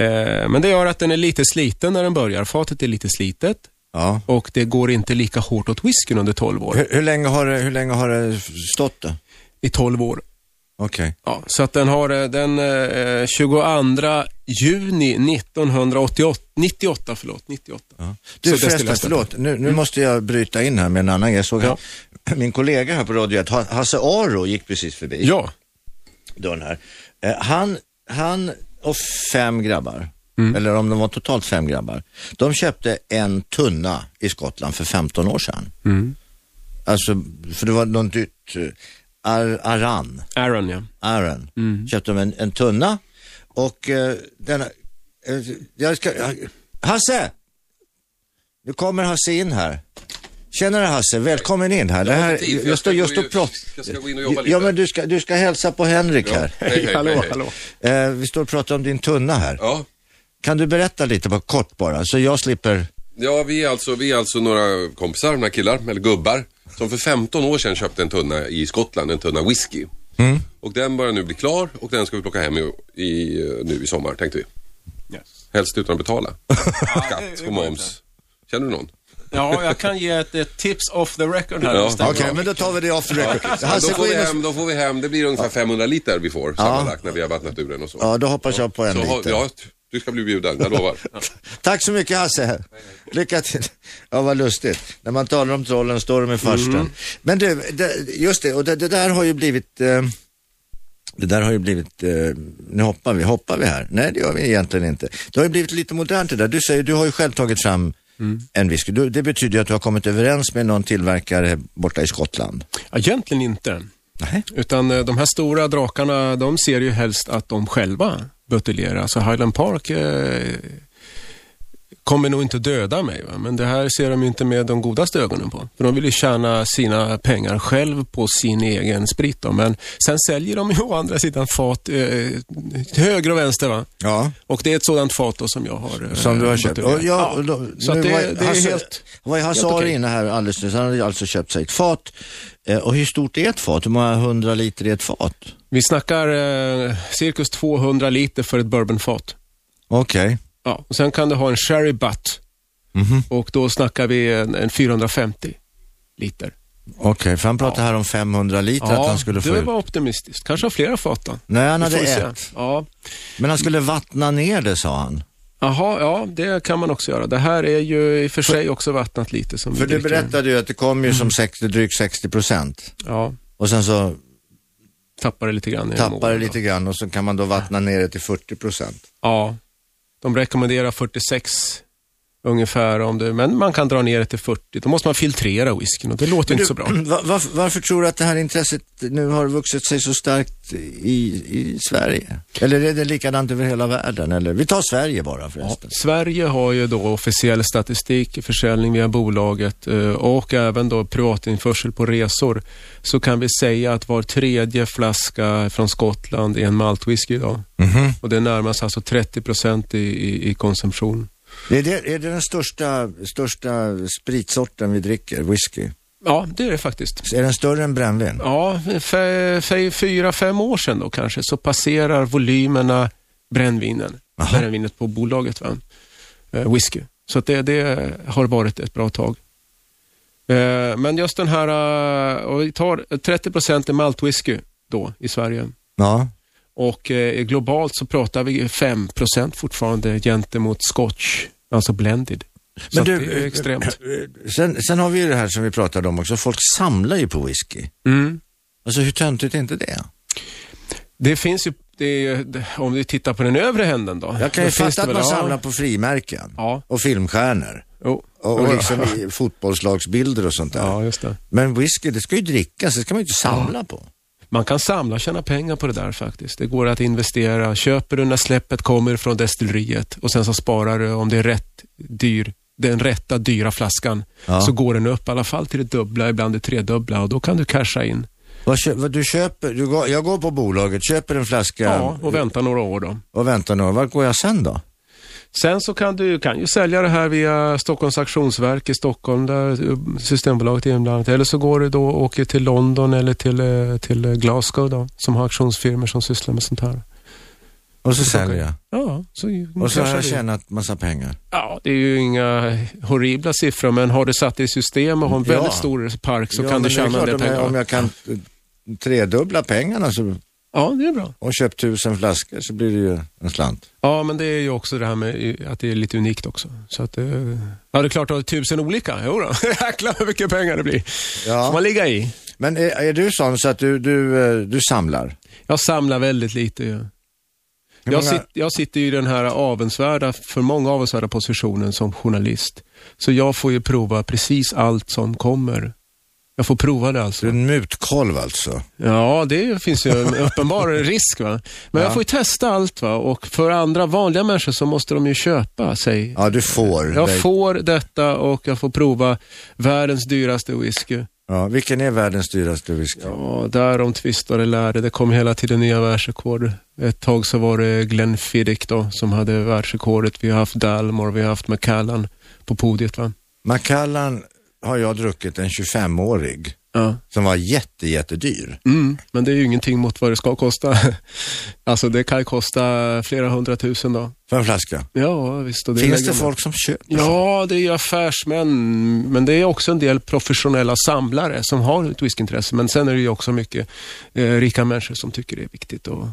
[SPEAKER 3] Eh, men det gör att den är lite sliten när den börjar. Fatet är lite slitet
[SPEAKER 2] Ja.
[SPEAKER 3] och det går inte lika hårt åt whiskyn under 12 år.
[SPEAKER 2] Hur, hur, länge har det, hur länge har det stått då?
[SPEAKER 3] I 12 år.
[SPEAKER 2] Okej.
[SPEAKER 3] Ja, så att den har eh, den eh, 22 juni 1988, 98, förlåt, 98.
[SPEAKER 2] Du
[SPEAKER 3] Så
[SPEAKER 2] förresten,
[SPEAKER 3] destillerat.
[SPEAKER 2] förlåt. Nu, nu måste jag bryta in här med en annan grej. Jag såg
[SPEAKER 3] Ja.
[SPEAKER 2] här, min kollega här på Radio 1, Hasse Aro, gick precis förbi.
[SPEAKER 3] Ja,
[SPEAKER 2] dörren här. Eh, han, han och fem grabbar, eller om de var totalt fem grabbar, de köpte en tunna i Skottland för 15 år sedan.
[SPEAKER 3] Mm.
[SPEAKER 2] Alltså, för det var något dyrt. eh, Ar, aran,
[SPEAKER 3] Aaron ja.
[SPEAKER 2] Aran, köpte de en, en tunna och eh, denna, eh, jag ska, jag, Hasse! Nu kommer Hasse in här. Tjenare Hasse, välkommen in här. Det här
[SPEAKER 4] inte tid, för
[SPEAKER 2] jag,
[SPEAKER 4] jag ska
[SPEAKER 2] står just
[SPEAKER 4] gå
[SPEAKER 2] och
[SPEAKER 4] ju-
[SPEAKER 2] pratar.
[SPEAKER 4] jag ska gå in och jobba
[SPEAKER 2] Ja,
[SPEAKER 4] lite.
[SPEAKER 2] men du ska, du ska hälsa på Henrik här.
[SPEAKER 4] Hej, hej, hej,
[SPEAKER 3] hallå,
[SPEAKER 4] hej.
[SPEAKER 3] hallå.
[SPEAKER 2] Eh, vi står och pratar om din tunna här.
[SPEAKER 4] Ja,
[SPEAKER 2] Kan du berätta lite bara kort bara, så jag slipper...
[SPEAKER 4] Ja, vi är, alltså, vi är alltså några kompisar, några killar, eller gubbar, som för 15 år sedan köpte en tunna i Skottland, en tunna whisky.
[SPEAKER 2] Mm.
[SPEAKER 4] Och den börjar nu bli klar och den ska vi plocka hem i, i, nu i sommar, tänkte vi. Helst utan
[SPEAKER 2] (laughs)
[SPEAKER 4] att betala. Skatt och
[SPEAKER 2] alltså.
[SPEAKER 4] moms. Känner du någon?
[SPEAKER 3] Ja, jag kan ge ett, ett tips off the record här.
[SPEAKER 4] Ja.
[SPEAKER 3] Just det.
[SPEAKER 2] Okej, men då tar vi det off the record.
[SPEAKER 4] Då
[SPEAKER 2] Hasse,
[SPEAKER 4] får,
[SPEAKER 2] gå
[SPEAKER 4] vi
[SPEAKER 2] in och...
[SPEAKER 4] hem, då får vi hem, det blir ungefär 500 liter vi får sammanlagt när vi har vattnat ur den och så.
[SPEAKER 2] Ja, då hoppas jag på en
[SPEAKER 4] så har,
[SPEAKER 2] liter.
[SPEAKER 4] ja, du ska bli bjuden,
[SPEAKER 2] (laughs)
[SPEAKER 4] jag lovar.
[SPEAKER 2] Tack så mycket Hasse. Lycka till. Ja, vad lustigt. När man talar om trollen står de i farstun. Men du, det, just det, och det, det där har ju blivit... Eh, det där har ju blivit, eh, nu hoppar vi, hoppar vi här? Nej det gör vi egentligen inte. Det har ju blivit lite modernt det där. Du säger, du har ju själv tagit fram en whisky. Du, det betyder ju att du har kommit överens med någon tillverkare borta i Skottland.
[SPEAKER 3] Ja, Egentligen inte.
[SPEAKER 2] Nej.
[SPEAKER 3] Utan eh, de här stora drakarna, de ser ju helst att de själva buteljerar. Alltså Highland Park eh, kommer nog inte döda mig, va? men det här ser de ju inte med de godaste ögonen på. För de vill ju tjäna sina pengar själv på sin egen sprit. Då. Men sen säljer de ju å andra sidan fat eh, till höger och vänster. Va?
[SPEAKER 2] Ja.
[SPEAKER 3] Och det är ett sådant fat då som jag har eh,
[SPEAKER 2] Som du har köpt?
[SPEAKER 3] buteljerat.
[SPEAKER 2] Och ja, och då,
[SPEAKER 3] så
[SPEAKER 2] nu
[SPEAKER 3] att det,
[SPEAKER 2] var,
[SPEAKER 3] det är
[SPEAKER 2] Hasse,
[SPEAKER 3] helt...
[SPEAKER 2] var ju Hasse
[SPEAKER 3] helt okej.
[SPEAKER 2] Aro inne här alldeles nyss. Han hade alltså köpt sig ett fat. Eh, och hur stort är ett fat? Hur många hundra liter är ett fat?
[SPEAKER 3] Vi snackar eh, cirkus 200 liter för ett bourbonfat.
[SPEAKER 2] Okej.
[SPEAKER 3] Ja, och sen kan du ha en sherry butt
[SPEAKER 2] Mhm.
[SPEAKER 3] och då snackar vi en, en 450 liter.
[SPEAKER 2] Okej, för han pratade här om 500 liter att han skulle få
[SPEAKER 3] det
[SPEAKER 2] ut.
[SPEAKER 3] var optimistiskt. Kanske har flera fat då.
[SPEAKER 2] Nej, han
[SPEAKER 3] Vi
[SPEAKER 2] hade
[SPEAKER 3] får se.
[SPEAKER 2] ett.
[SPEAKER 3] Ja.
[SPEAKER 2] Men han skulle vattna ner det sa han.
[SPEAKER 3] Jaha, ja, det kan man också göra. Det här är ju i och för sig också vattnat lite. Som vi
[SPEAKER 2] För du
[SPEAKER 3] dricker.
[SPEAKER 2] berättade ju att det kom ju som 60, drygt 60 procent.
[SPEAKER 3] Ja,
[SPEAKER 2] Och sen så
[SPEAKER 3] tappar det lite grann. genom
[SPEAKER 2] tappar det
[SPEAKER 3] åren,
[SPEAKER 2] lite
[SPEAKER 3] va.
[SPEAKER 2] grann och så kan man då vattna ner det till 40 procent.
[SPEAKER 3] Ja, de rekommenderar 46 ungefär om det, men man kan dra ner det till 40. Då måste man filtrera whiskyn och det låter ju inte så bra.
[SPEAKER 2] varför, varför tror du att det här intresset nu har vuxit sig så starkt i, i Sverige? Eller är det likadant över hela världen? Eller? Vi tar Sverige bara förresten.
[SPEAKER 3] Sverige har ju då officiell statistik, försäljning via bolaget eh, och även då privatinförsel på resor. Så kan vi säga att var tredje flaska från Skottland är en maltwhisky idag. Och det närmas alltså 30 procent i, i, i konsumtion.
[SPEAKER 2] Är, det, är det den största, största spritsorten vi dricker, whisky?
[SPEAKER 3] Ja, det är det faktiskt.
[SPEAKER 2] Är den större än brännvin?
[SPEAKER 3] Ja, för, för fyra, fem år sedan då kanske så passerar volymerna brännvinen,
[SPEAKER 2] Aha.
[SPEAKER 3] brännvinet på bolaget, va? Eh, whisky. Så att det, det har varit ett bra tag. Eh, men just den här, eh, och vi tar 30% är maltwhisky då i Sverige.
[SPEAKER 2] Ja.
[SPEAKER 3] Och eh, globalt så pratar vi 5% fortfarande gentemot scotch, alltså blended. Så
[SPEAKER 2] Men
[SPEAKER 3] att
[SPEAKER 2] du, eh,
[SPEAKER 3] det är extremt.
[SPEAKER 2] Sen, sen har vi ju det här som vi pratade om också, folk samlar ju på whisky.
[SPEAKER 3] Mm.
[SPEAKER 2] Alltså hur töntigt är inte det?
[SPEAKER 3] Det finns ju, det är, ju- om vi tittar på den övre händen då.
[SPEAKER 2] Jag kan ju
[SPEAKER 3] då finns
[SPEAKER 2] fatta
[SPEAKER 3] det väl-
[SPEAKER 2] att man
[SPEAKER 3] ja.
[SPEAKER 2] samlar på frimärken
[SPEAKER 3] Ja.
[SPEAKER 2] och filmstjärnor
[SPEAKER 3] Jo.
[SPEAKER 2] och, och liksom
[SPEAKER 3] (laughs)
[SPEAKER 2] i fotbollslagsbilder och sånt där.
[SPEAKER 3] Ja, just det.
[SPEAKER 2] Men whisky, det ska ju drickas, det ska man ju inte samla på.
[SPEAKER 3] Man kan samla och tjäna pengar på det där faktiskt. Det går att investera. Köper du när släppet kommer från destilleriet och sen så sparar du om det är rätt dyr, den rätta dyra flaskan.
[SPEAKER 2] Ja.
[SPEAKER 3] Så går den upp i alla fall till det dubbla, ibland det tredubbla och då kan du casha in.
[SPEAKER 2] Vad kö, vad du köper, du går, jag går på bolaget, köper en flaska
[SPEAKER 3] Ja, och vänta några år då.
[SPEAKER 2] och väntar några. Vart går jag sen då?
[SPEAKER 3] Sen så kan du kan ju sälja det här via Stockholms auktionsverk i Stockholm där eh, Systembolaget är inblandat. Eller så går du då och åker till London eller till, eh, till eh, Glasgow då, som har auktionsfirmor som sysslar med sånt här.
[SPEAKER 2] Och så säljer jag.
[SPEAKER 3] Ja, så
[SPEAKER 2] Och så har
[SPEAKER 3] cashar Mm,
[SPEAKER 2] jag
[SPEAKER 3] du in.
[SPEAKER 2] tjänat massa pengar.
[SPEAKER 3] Ja, det är ju inga horribla siffror, men har du satt det i system och har en
[SPEAKER 2] Ja.
[SPEAKER 3] väldigt stor park så
[SPEAKER 2] Ja,
[SPEAKER 3] kan
[SPEAKER 2] men
[SPEAKER 3] du
[SPEAKER 2] det är
[SPEAKER 3] tjäna
[SPEAKER 2] klart,
[SPEAKER 3] en del
[SPEAKER 2] om jag,
[SPEAKER 3] pengar.
[SPEAKER 2] om jag kan eh, tredubbla pengarna så,
[SPEAKER 3] Ja, det är bra.
[SPEAKER 2] och köpt tusen flaskor så blir det ju en slant.
[SPEAKER 3] Ja, men det är ju också det här med i- att det är lite unikt också. Så att, eh, ja, det är klart att du har tusen olika. Jo då. (laughs) jäklar vad mycket pengar det blir.
[SPEAKER 2] Ja.
[SPEAKER 3] Får man ligga i.
[SPEAKER 2] Men är, är du sån så att du, du, eh, du samlar?
[SPEAKER 3] Jag samlar väldigt lite ju.
[SPEAKER 2] Hur
[SPEAKER 3] Jag,
[SPEAKER 2] många-
[SPEAKER 3] sit, jag sitter ju i den här avundsvärda, för många avundsvärda positionen som journalist. Så jag får ju prova precis allt som kommer. Jag får prova det alltså.
[SPEAKER 2] Du är en mutkolv alltså?
[SPEAKER 3] Ja, det finns ju en uppenbar (laughs) risk. Va? Men jag får ju testa allt. Va? Och för andra vanliga människor så måste de ju köpa sig.
[SPEAKER 2] Ja, du får.
[SPEAKER 3] Jag
[SPEAKER 2] dig-
[SPEAKER 3] får detta och jag får prova världens dyraste whisky.
[SPEAKER 2] Ja, vilken är världens dyraste whisky?
[SPEAKER 3] Ja, där de tvistade lärde. Det kom hela tiden nya världsrekord. Ett tag så var det Glenn Fiddick då, som hade världsrekordet. Vi har haft Dalmor, vi har haft Macallan på podiet. Va?
[SPEAKER 2] Macallan har jag druckit en 25-årig
[SPEAKER 3] Ja.
[SPEAKER 2] som var jätte, jättedyr.
[SPEAKER 3] Mm, men det är ju ingenting mot vad det ska kosta. (laughs) alltså det kan ju kosta flera hundratusen då.
[SPEAKER 2] För en flaska.
[SPEAKER 3] Ja, visst. Och det
[SPEAKER 2] Finns
[SPEAKER 3] lägger
[SPEAKER 2] det
[SPEAKER 3] man-
[SPEAKER 2] folk som köper?
[SPEAKER 3] Ja, det är ju affärsmän, men det är också en del professionella samlare som har ett whiskyintresse. Men sen är det ju också mycket eh, rika människor som tycker det är viktigt. Och,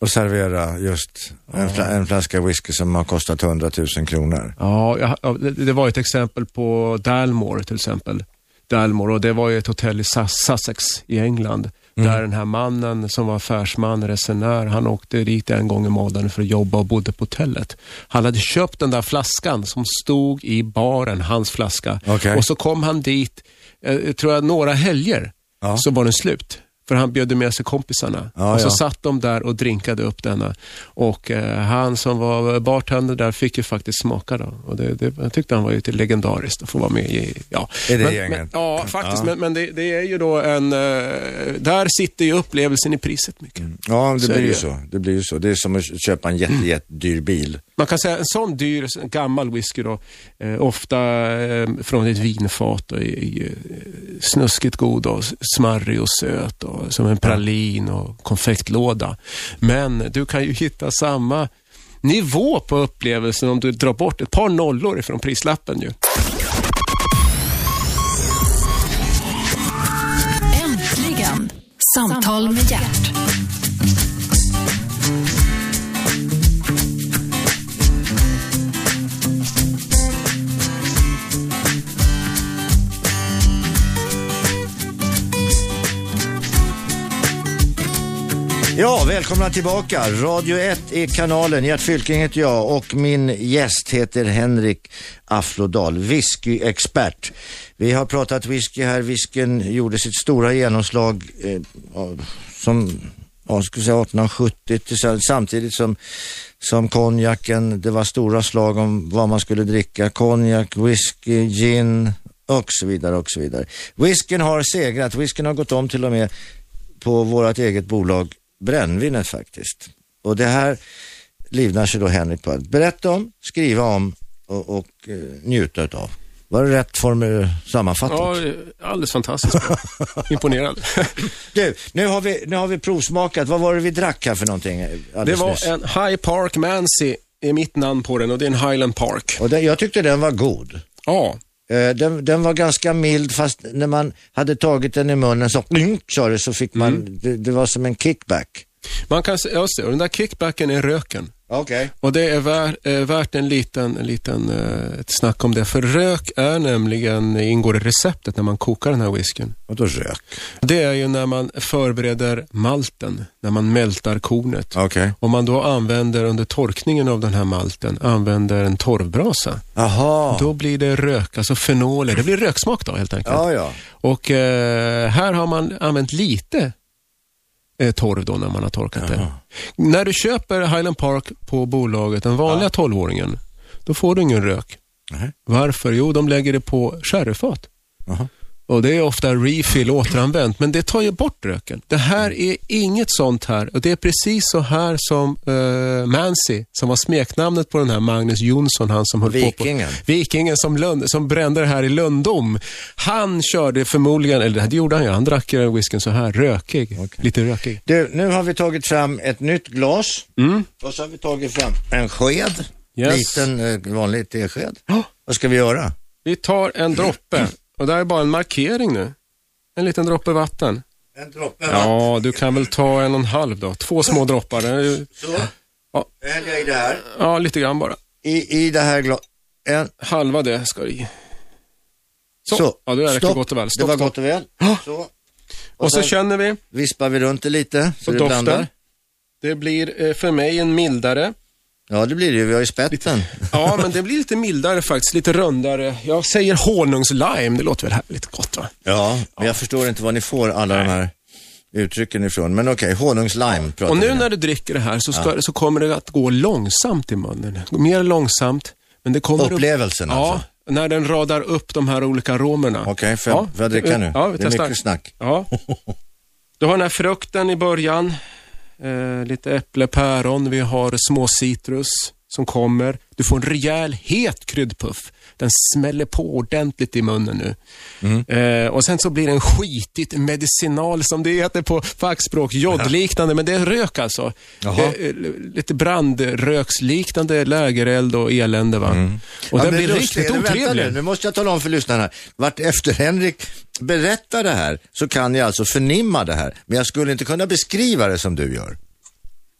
[SPEAKER 2] Och servera just en, fla- en flaska whisky som har kostat 100 000 kronor.
[SPEAKER 3] ja, jag, ja, det, det var ett exempel på Dalmore till exempel. Dalmore, och det var ju ett hotell i Sus- Sussex i England.
[SPEAKER 2] Mm.
[SPEAKER 3] Där den här mannen som var affärsman, resenär, han åkte dit en gång i månaden för att jobba och bodde på hotellet. Han hade köpt den där flaskan som stod i baren, hans flaska.
[SPEAKER 2] Okej.
[SPEAKER 3] Och så kom han dit, eh, tror jag, några helger.
[SPEAKER 2] Ja.
[SPEAKER 3] Så var den slut. För han bjöd med sig kompisarna.
[SPEAKER 2] Ja,
[SPEAKER 3] och så
[SPEAKER 2] ja.
[SPEAKER 3] satt de där och drinkade upp denna. Och eh, han som var bartender där fick ju faktiskt smaka då. Och det, det, jag tyckte han var ju lite legendariskt att få vara med i. Ja.
[SPEAKER 2] Är det
[SPEAKER 3] men,
[SPEAKER 2] i England?
[SPEAKER 3] Men, ja, faktiskt.
[SPEAKER 2] Ja.
[SPEAKER 3] Men, men det, det är ju då en... Eh, där sitter ju upplevelsen i priset mycket.
[SPEAKER 2] Ja, det
[SPEAKER 3] Så är
[SPEAKER 2] blir ju
[SPEAKER 3] det.
[SPEAKER 2] så. Det blir ju så. Det är som att köpa en jätte, jättedyr bil.
[SPEAKER 3] Man kan säga en sån dyr en gammal whisky då, eh, ofta eh, från ett vinfat och är ju, eh, snuskigt god och s- smarrig och söt och som en pralin och konfektlåda. Men du kan ju hitta samma nivå på upplevelsen om du drar bort ett par nollor ifrån prislappen ju.
[SPEAKER 1] Äntligen! Samtal med hjärt.
[SPEAKER 2] Ja, välkomna tillbaka. Radio 1 är kanalen. Gert Fylking heter jag och min gäst heter Henrik Afflodal, whiskyexpert. Vi har pratat whisky här. Whiskyn gjorde sitt stora genomslag eh, av- som ja, jag skulle säga 1870 tillsamm- samtidigt som, som konjaken. Det var stora slag om vad man skulle dricka. Konjak, whisky, gin och så vidare och så vidare. Whiskyn har segrat. Whiskyn har gått om till och med på vårt eget bolag brännvinet faktiskt. Och det här livnar sig då Henrik på att berätta om, skriva om och, och eh, njuta utav. Var det rätt form eh, sammanfattat?
[SPEAKER 3] Ja, alldeles fantastiskt (laughs) bra. Imponerad.
[SPEAKER 2] Du, nu har, vi, nu har vi provsmakat. Vad var det vi drack här för någonting eh,
[SPEAKER 3] Det
[SPEAKER 2] alldeles nyss?
[SPEAKER 3] var en High Park Mansi är mitt namn på den och det är en Highland Park.
[SPEAKER 2] Och den, jag tyckte den var god.
[SPEAKER 3] Ja,
[SPEAKER 2] Eh, Den, den var ganska mild fast när man hade tagit den i munnen så, "Mm", sa det, så fick man,
[SPEAKER 3] Mm.
[SPEAKER 2] det, det var som en kickback.
[SPEAKER 3] man kan säga, just det, och den där kickbacken är röken.
[SPEAKER 2] Okej.
[SPEAKER 3] Och det är vär, eh, värt en liten, en liten eh, ett snack om det. För rök är nämligen, ingår i receptet när man kokar den här whiskyn.
[SPEAKER 2] Och då rök.
[SPEAKER 3] Det är ju när man förbereder malten, när man mältar kornet.
[SPEAKER 2] Okej.
[SPEAKER 3] Om man då använder under torkningen av den här malten, använder en torvbrasa.
[SPEAKER 2] Jaha.
[SPEAKER 3] Då blir det rök, alltså fenoler. Det blir röksmak då helt enkelt.
[SPEAKER 2] Ja, ja.
[SPEAKER 3] Och eh, här har man använt lite eh, torv då när man har torkat det. När du köper Highland Park på bolaget, den vanliga 12-åringen, då får du ingen rök.
[SPEAKER 2] Nej.
[SPEAKER 3] Varför? Jo, de lägger det på sherryfat.
[SPEAKER 2] Jaha.
[SPEAKER 3] Och det är ofta refill, återanvänt, men det tar ju bort röken. Det här är inget sånt här. Och det är precis så här som eh, Mansi, som var smeknamnet på den här Magnus Jonsson, han som höll på på...
[SPEAKER 2] Vikingen.
[SPEAKER 3] Vikingen. som, lund, som brände det här i Lundom. Han körde förmodligen, eller det gjorde han ju, han drack eh, whiskyn så här, rökig. Lite rökig.
[SPEAKER 2] Du, nu har vi tagit fram ett nytt glas. Och så har vi tagit fram en sked.
[SPEAKER 3] Mm. Yes.
[SPEAKER 2] Liten eh, vanlig tesked.
[SPEAKER 3] Ja.
[SPEAKER 2] Vad ska vi göra?
[SPEAKER 3] Vi tar en droppe, och det här är bara en markering nu. En liten droppe vatten.
[SPEAKER 2] En droppe
[SPEAKER 3] Ja, du kan väl ta en och en halv då. Två små droppar. Det är ju-
[SPEAKER 2] Så,
[SPEAKER 3] Ja.
[SPEAKER 2] häller jag i det här.
[SPEAKER 3] Ja, lite grann bara.
[SPEAKER 2] I, i det här glaset. En...
[SPEAKER 3] Halva det ska i. Så.
[SPEAKER 2] Så,
[SPEAKER 3] Ja, det räcker
[SPEAKER 2] Stopp.
[SPEAKER 3] gott och väl.
[SPEAKER 2] det
[SPEAKER 3] Stopp,
[SPEAKER 2] var
[SPEAKER 3] stopp.
[SPEAKER 2] gott och väl. Så,
[SPEAKER 3] Och så
[SPEAKER 2] sen-
[SPEAKER 3] känner vi
[SPEAKER 2] vispar vi runt det lite. Så
[SPEAKER 3] på
[SPEAKER 2] det
[SPEAKER 3] doften.
[SPEAKER 2] blandar.
[SPEAKER 3] Det blir eh, för mig en mildare.
[SPEAKER 2] Ja, det blir det ju. Vi har ju spett den.
[SPEAKER 3] Ja, men det blir lite mildare faktiskt. Lite rundare. Jag säger honungslime. Det låter väl härligt gott va?
[SPEAKER 2] Ja, men jag förstår inte var ni får alla de här uttrycken ifrån. Men okej, honungslime pratar
[SPEAKER 3] Och
[SPEAKER 2] vi
[SPEAKER 3] nu
[SPEAKER 2] om.
[SPEAKER 3] när du dricker det här så, ska, så kommer det att gå långsamt i munnen. Mer långsamt. Men det kommer upp-
[SPEAKER 2] Upplevelsen
[SPEAKER 3] ja,
[SPEAKER 2] alltså.
[SPEAKER 3] när den radar upp de här olika aromerna.
[SPEAKER 2] Okej, får jag- får jag dricka nu?
[SPEAKER 3] Ja, vi
[SPEAKER 2] Det är
[SPEAKER 3] testar.
[SPEAKER 2] mycket snack.
[SPEAKER 3] Ja. Du har den här frukten i början. Eh, lite äpple, päron. Vi har små citrus som kommer. Du får en rejäl het kryddpuff. Den smäller på ordentligt i munnen nu.
[SPEAKER 2] Mm.
[SPEAKER 3] Eh, och sen så blir den skitigt medicinal som det heter på fackspråk. Jodliknande, men det är rök alltså.
[SPEAKER 2] Jaha.
[SPEAKER 3] Eh, eh, lite brandröksliknande lägereld och elände. Va?
[SPEAKER 2] Mm.
[SPEAKER 3] Och den
[SPEAKER 2] men
[SPEAKER 3] blir
[SPEAKER 2] Lustig,
[SPEAKER 3] riktigt
[SPEAKER 2] eller vänta
[SPEAKER 3] otrevlig.
[SPEAKER 2] Nu, nu måste jag tala om för lyssnarna. Vart efter Henrik berättar det här så kan jag alltså förnimma det här. Men jag skulle inte kunna beskriva det som du gör.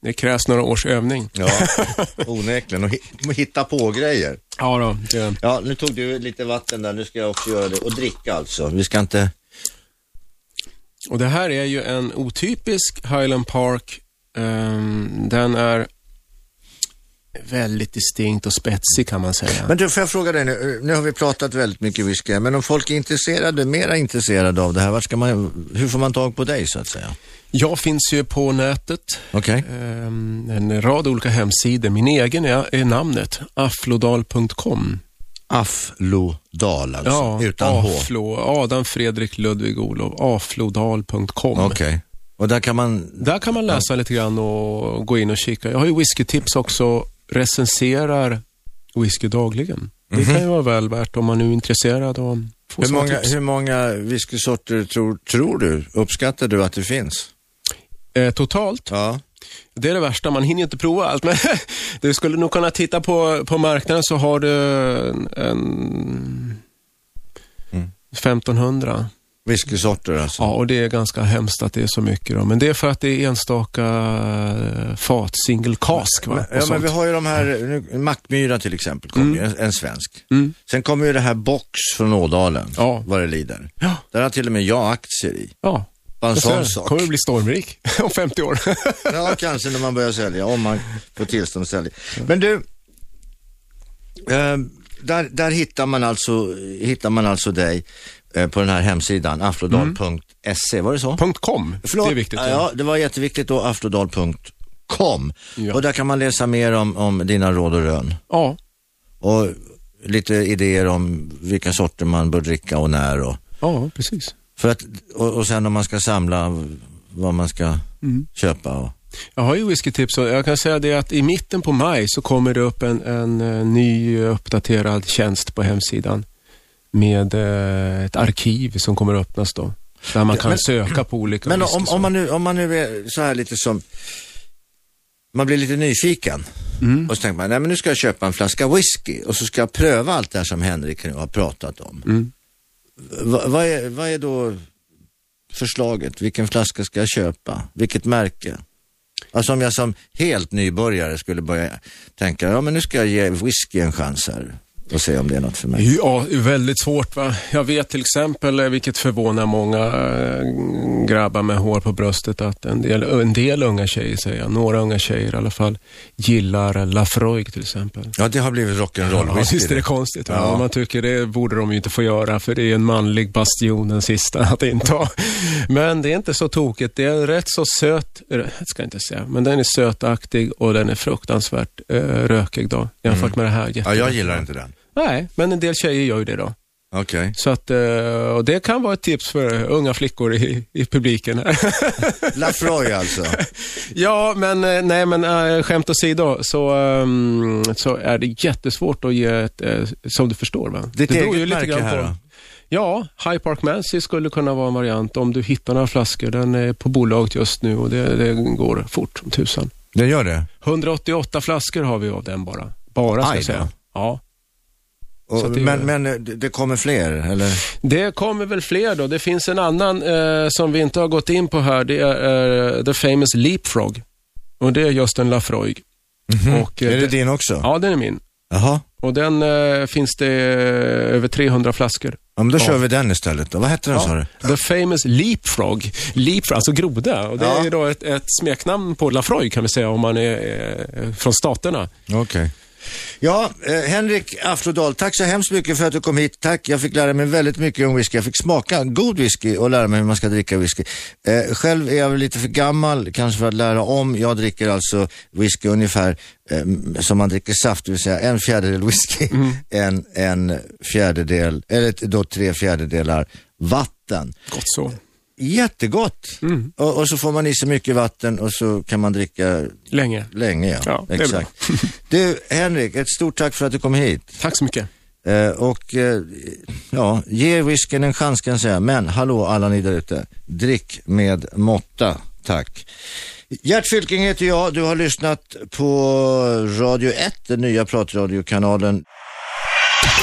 [SPEAKER 3] Det krävs några års övning.
[SPEAKER 2] Ja, (laughs) onekligen. Och hi- hitta på grejer.
[SPEAKER 3] (laughs) Ja, då. Det.
[SPEAKER 2] Ja, nu tog du lite vatten där. Nu ska jag också göra det. Och dricka alltså. Vi ska inte...
[SPEAKER 3] Och det här är ju en otypisk Highland Park. Ehm, den är väldigt distinkt och spetsig kan man säga.
[SPEAKER 2] Men du, får jag fråga dig nu. Eh, Nu har vi pratat väldigt mycket whisky. Men om folk är intresserade, mera intresserade av det här, vart ska man, hur får man tag på dig så att säga?
[SPEAKER 3] Jag finns ju på nätet.
[SPEAKER 2] Okej.
[SPEAKER 3] Ehm, en rad olika hemsidor. Min egen är, är namnet, aflodal.com.
[SPEAKER 2] Aflodal alltså, utan H.
[SPEAKER 3] Aflo, Adam Fredrik Ludvig Olof, aflodal.com.
[SPEAKER 2] Okej. Och där kan man
[SPEAKER 3] Där kan man läsa lite grann och gå in och kika. Jag har ju whiskytips också, recenserar whisky dagligen. Det kan ju vara väl värt om man nu är intresserad och få
[SPEAKER 2] Mhm. Hur
[SPEAKER 3] såna
[SPEAKER 2] många,
[SPEAKER 3] tips.
[SPEAKER 2] hur många whiskysorter tror, tror du, uppskattar du att det finns?
[SPEAKER 3] Eh, totalt,
[SPEAKER 2] Ja.
[SPEAKER 3] det är det värsta, man hinner ju inte prova allt. (laughs) Men du skulle nog kunna titta på, på marknaden så har du en, en
[SPEAKER 2] Mm.
[SPEAKER 3] 1500.
[SPEAKER 2] Whiskysorter alltså?
[SPEAKER 3] Ja, och det är ganska hemskt att det är så mycket då. Men det är för att det är enstaka eh, fat, single cask va? Och
[SPEAKER 2] Ja, men
[SPEAKER 3] sånt.
[SPEAKER 2] vi har ju de här, nu, Mackmyra till exempel, kom ju, en, en svensk. Sen kommer ju det här Box från Ådalen,
[SPEAKER 3] Ja.
[SPEAKER 2] vad det lider.
[SPEAKER 3] Ja.
[SPEAKER 2] Där har till och med jag aktier i.
[SPEAKER 3] Ja.
[SPEAKER 2] Bara en
[SPEAKER 3] Jag
[SPEAKER 2] sån
[SPEAKER 3] ser,
[SPEAKER 2] sak.
[SPEAKER 3] Alltså, Kommer du bli stormrik om 50
[SPEAKER 2] (laughs)
[SPEAKER 3] år?
[SPEAKER 2] Ja, kanske när man börjar sälja, om man får tillstånd att sälja. Men du, eh, där, där hittar, man alltså, hittar man alltså dig eh, på den här hemsidan, afrodal.se, E, var det så?
[SPEAKER 3] Punkt .com,
[SPEAKER 2] Förlåt.
[SPEAKER 3] det är viktigt.
[SPEAKER 2] Ja, ja, det var jätteviktigt då, afrodal.com.
[SPEAKER 3] Ja.
[SPEAKER 2] Och där kan man läsa mer om, om dina råd och rön.
[SPEAKER 3] Ja,
[SPEAKER 2] Och lite idéer om vilka sorter man bör dricka och när. Och,
[SPEAKER 3] ja, precis.
[SPEAKER 2] för att, och, och sen om man ska samla, vad man ska
[SPEAKER 3] Mm.
[SPEAKER 2] köpa. Och,
[SPEAKER 3] Jag har ju whiskytips och jag kan säga det att i mitten på maj så kommer det upp en, en eh, ny eh, uppdaterad tjänst på hemsidan med eh, ett arkiv som kommer att öppnas då. Där man kan söka på olika
[SPEAKER 2] men om,
[SPEAKER 3] whiskysorter.
[SPEAKER 2] om, man nu, om man nu är så här lite som, man blir lite nyfiken.
[SPEAKER 3] Mm.
[SPEAKER 2] Och så tänker man, nej men nu ska jag köpa en flaska whisky och så ska jag pröva allt det här som Henrik nu har pratat om.
[SPEAKER 3] Mm.
[SPEAKER 2] Va, vad, är, vad är då förslaget? Vilken flaska ska jag köpa? Vilket märke? Alltså om jag som helt nybörjare skulle börja tänka, ja men nu ska jag ge whisky en chans här och se om det är något för mig.
[SPEAKER 3] Ja, det är väldigt svårt va. Jag vet till exempel, eh, vilket förvånar många eh, grabbar med hår på bröstet, att en del, en del unga tjejer, säger jag, några unga tjejer i alla fall, gillar Lafroig till exempel.
[SPEAKER 2] Ja, det har blivit
[SPEAKER 3] Ja,
[SPEAKER 2] rock'n'roll-whisky.
[SPEAKER 3] visst är det konstigt. va?
[SPEAKER 2] Ja.
[SPEAKER 3] Man tycker det borde de ju inte få göra, för det är en manlig bastion den sista (laughs) att inta. Men det är inte så tokigt. Det är en rätt så söt, eh, det ska jag inte säga, men den är sötaktig och den är fruktansvärt eh, rökig då, jämfört med det här.
[SPEAKER 2] ja, jag gillar inte den.
[SPEAKER 3] Nej, men en del tjejer gör ju det då.
[SPEAKER 2] Okej.
[SPEAKER 3] Så att, eh, och det kan vara ett tips för unga flickor i, i publiken (laughs) här.
[SPEAKER 2] Lafroy alltså.
[SPEAKER 3] ja, men eh, nej, men eh, skämt åsido så, ehm, så är det jättesvårt att ge ett, eh, som du förstår va?
[SPEAKER 2] Ditt eget märke här då?
[SPEAKER 3] Ja, High Park Mancy skulle kunna vara en variant om du hittar några flaskor. Den är på bolaget just nu och det, det går fort som tusan.
[SPEAKER 2] Den gör det?
[SPEAKER 3] 188 flaskor har vi av den bara. Bara ska
[SPEAKER 2] Aj
[SPEAKER 3] jag
[SPEAKER 2] då.
[SPEAKER 3] säga. Ja. Så
[SPEAKER 2] Och,
[SPEAKER 3] det-
[SPEAKER 2] men, men eh, det det kommer fler, eller?
[SPEAKER 3] Det kommer väl fler då. Det finns en annan eh, som vi inte har gått in på här. Det är eh, The Famous Leapfrog. Och det är just en Lafroig. Och, eh,
[SPEAKER 2] Mhm. är det din också?
[SPEAKER 3] Ja, den är min.
[SPEAKER 2] Jaha.
[SPEAKER 3] Och den eh, finns det eh, över 300 flaskor.
[SPEAKER 2] Ja, men då kör vi den istället då. Vad hette den sa du?
[SPEAKER 3] The Famous Leapfrog. Leapfrog, alltså groda. Och det
[SPEAKER 2] Ja.
[SPEAKER 3] är då ett, ett smeknamn på Lafroig kan vi säga om man är eh, från staterna.
[SPEAKER 2] Okej. Ja, eh, Henrik Afrodal, tack så hemskt mycket för att du kom hit. Tack, jag fick lära mig väldigt mycket om whisky. Jag fick smaka god whisky och lära mig hur man ska dricka whisky. Eh, själv är jag väl lite för gammal kanske för att lära om. Jag dricker alltså whisky ungefär eh, som man dricker saft, det vill säga en fjärdedel whisky, en, en fjärdedel, eller då tre fjärdedelar vatten.
[SPEAKER 3] Gott så.
[SPEAKER 2] Jättegott!
[SPEAKER 3] Mm.
[SPEAKER 2] Och, och så får man i sig mycket vatten och så kan man dricka
[SPEAKER 3] Länge.
[SPEAKER 2] länge. Ja,
[SPEAKER 3] Ja, det är (laughs)
[SPEAKER 2] exakt. du, Henrik, ett stort tack för att du kom hit.
[SPEAKER 3] Tack så mycket.
[SPEAKER 2] Eh, och eh, ja, ge whiskyn en chans kan jag säga. Men hallå alla ni där ute, drick med måtta, tack. Gert Fylking heter jag, du har lyssnat på Radio 1, den nya pratradiokanalen.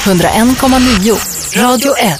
[SPEAKER 1] 101,9. Radio 1.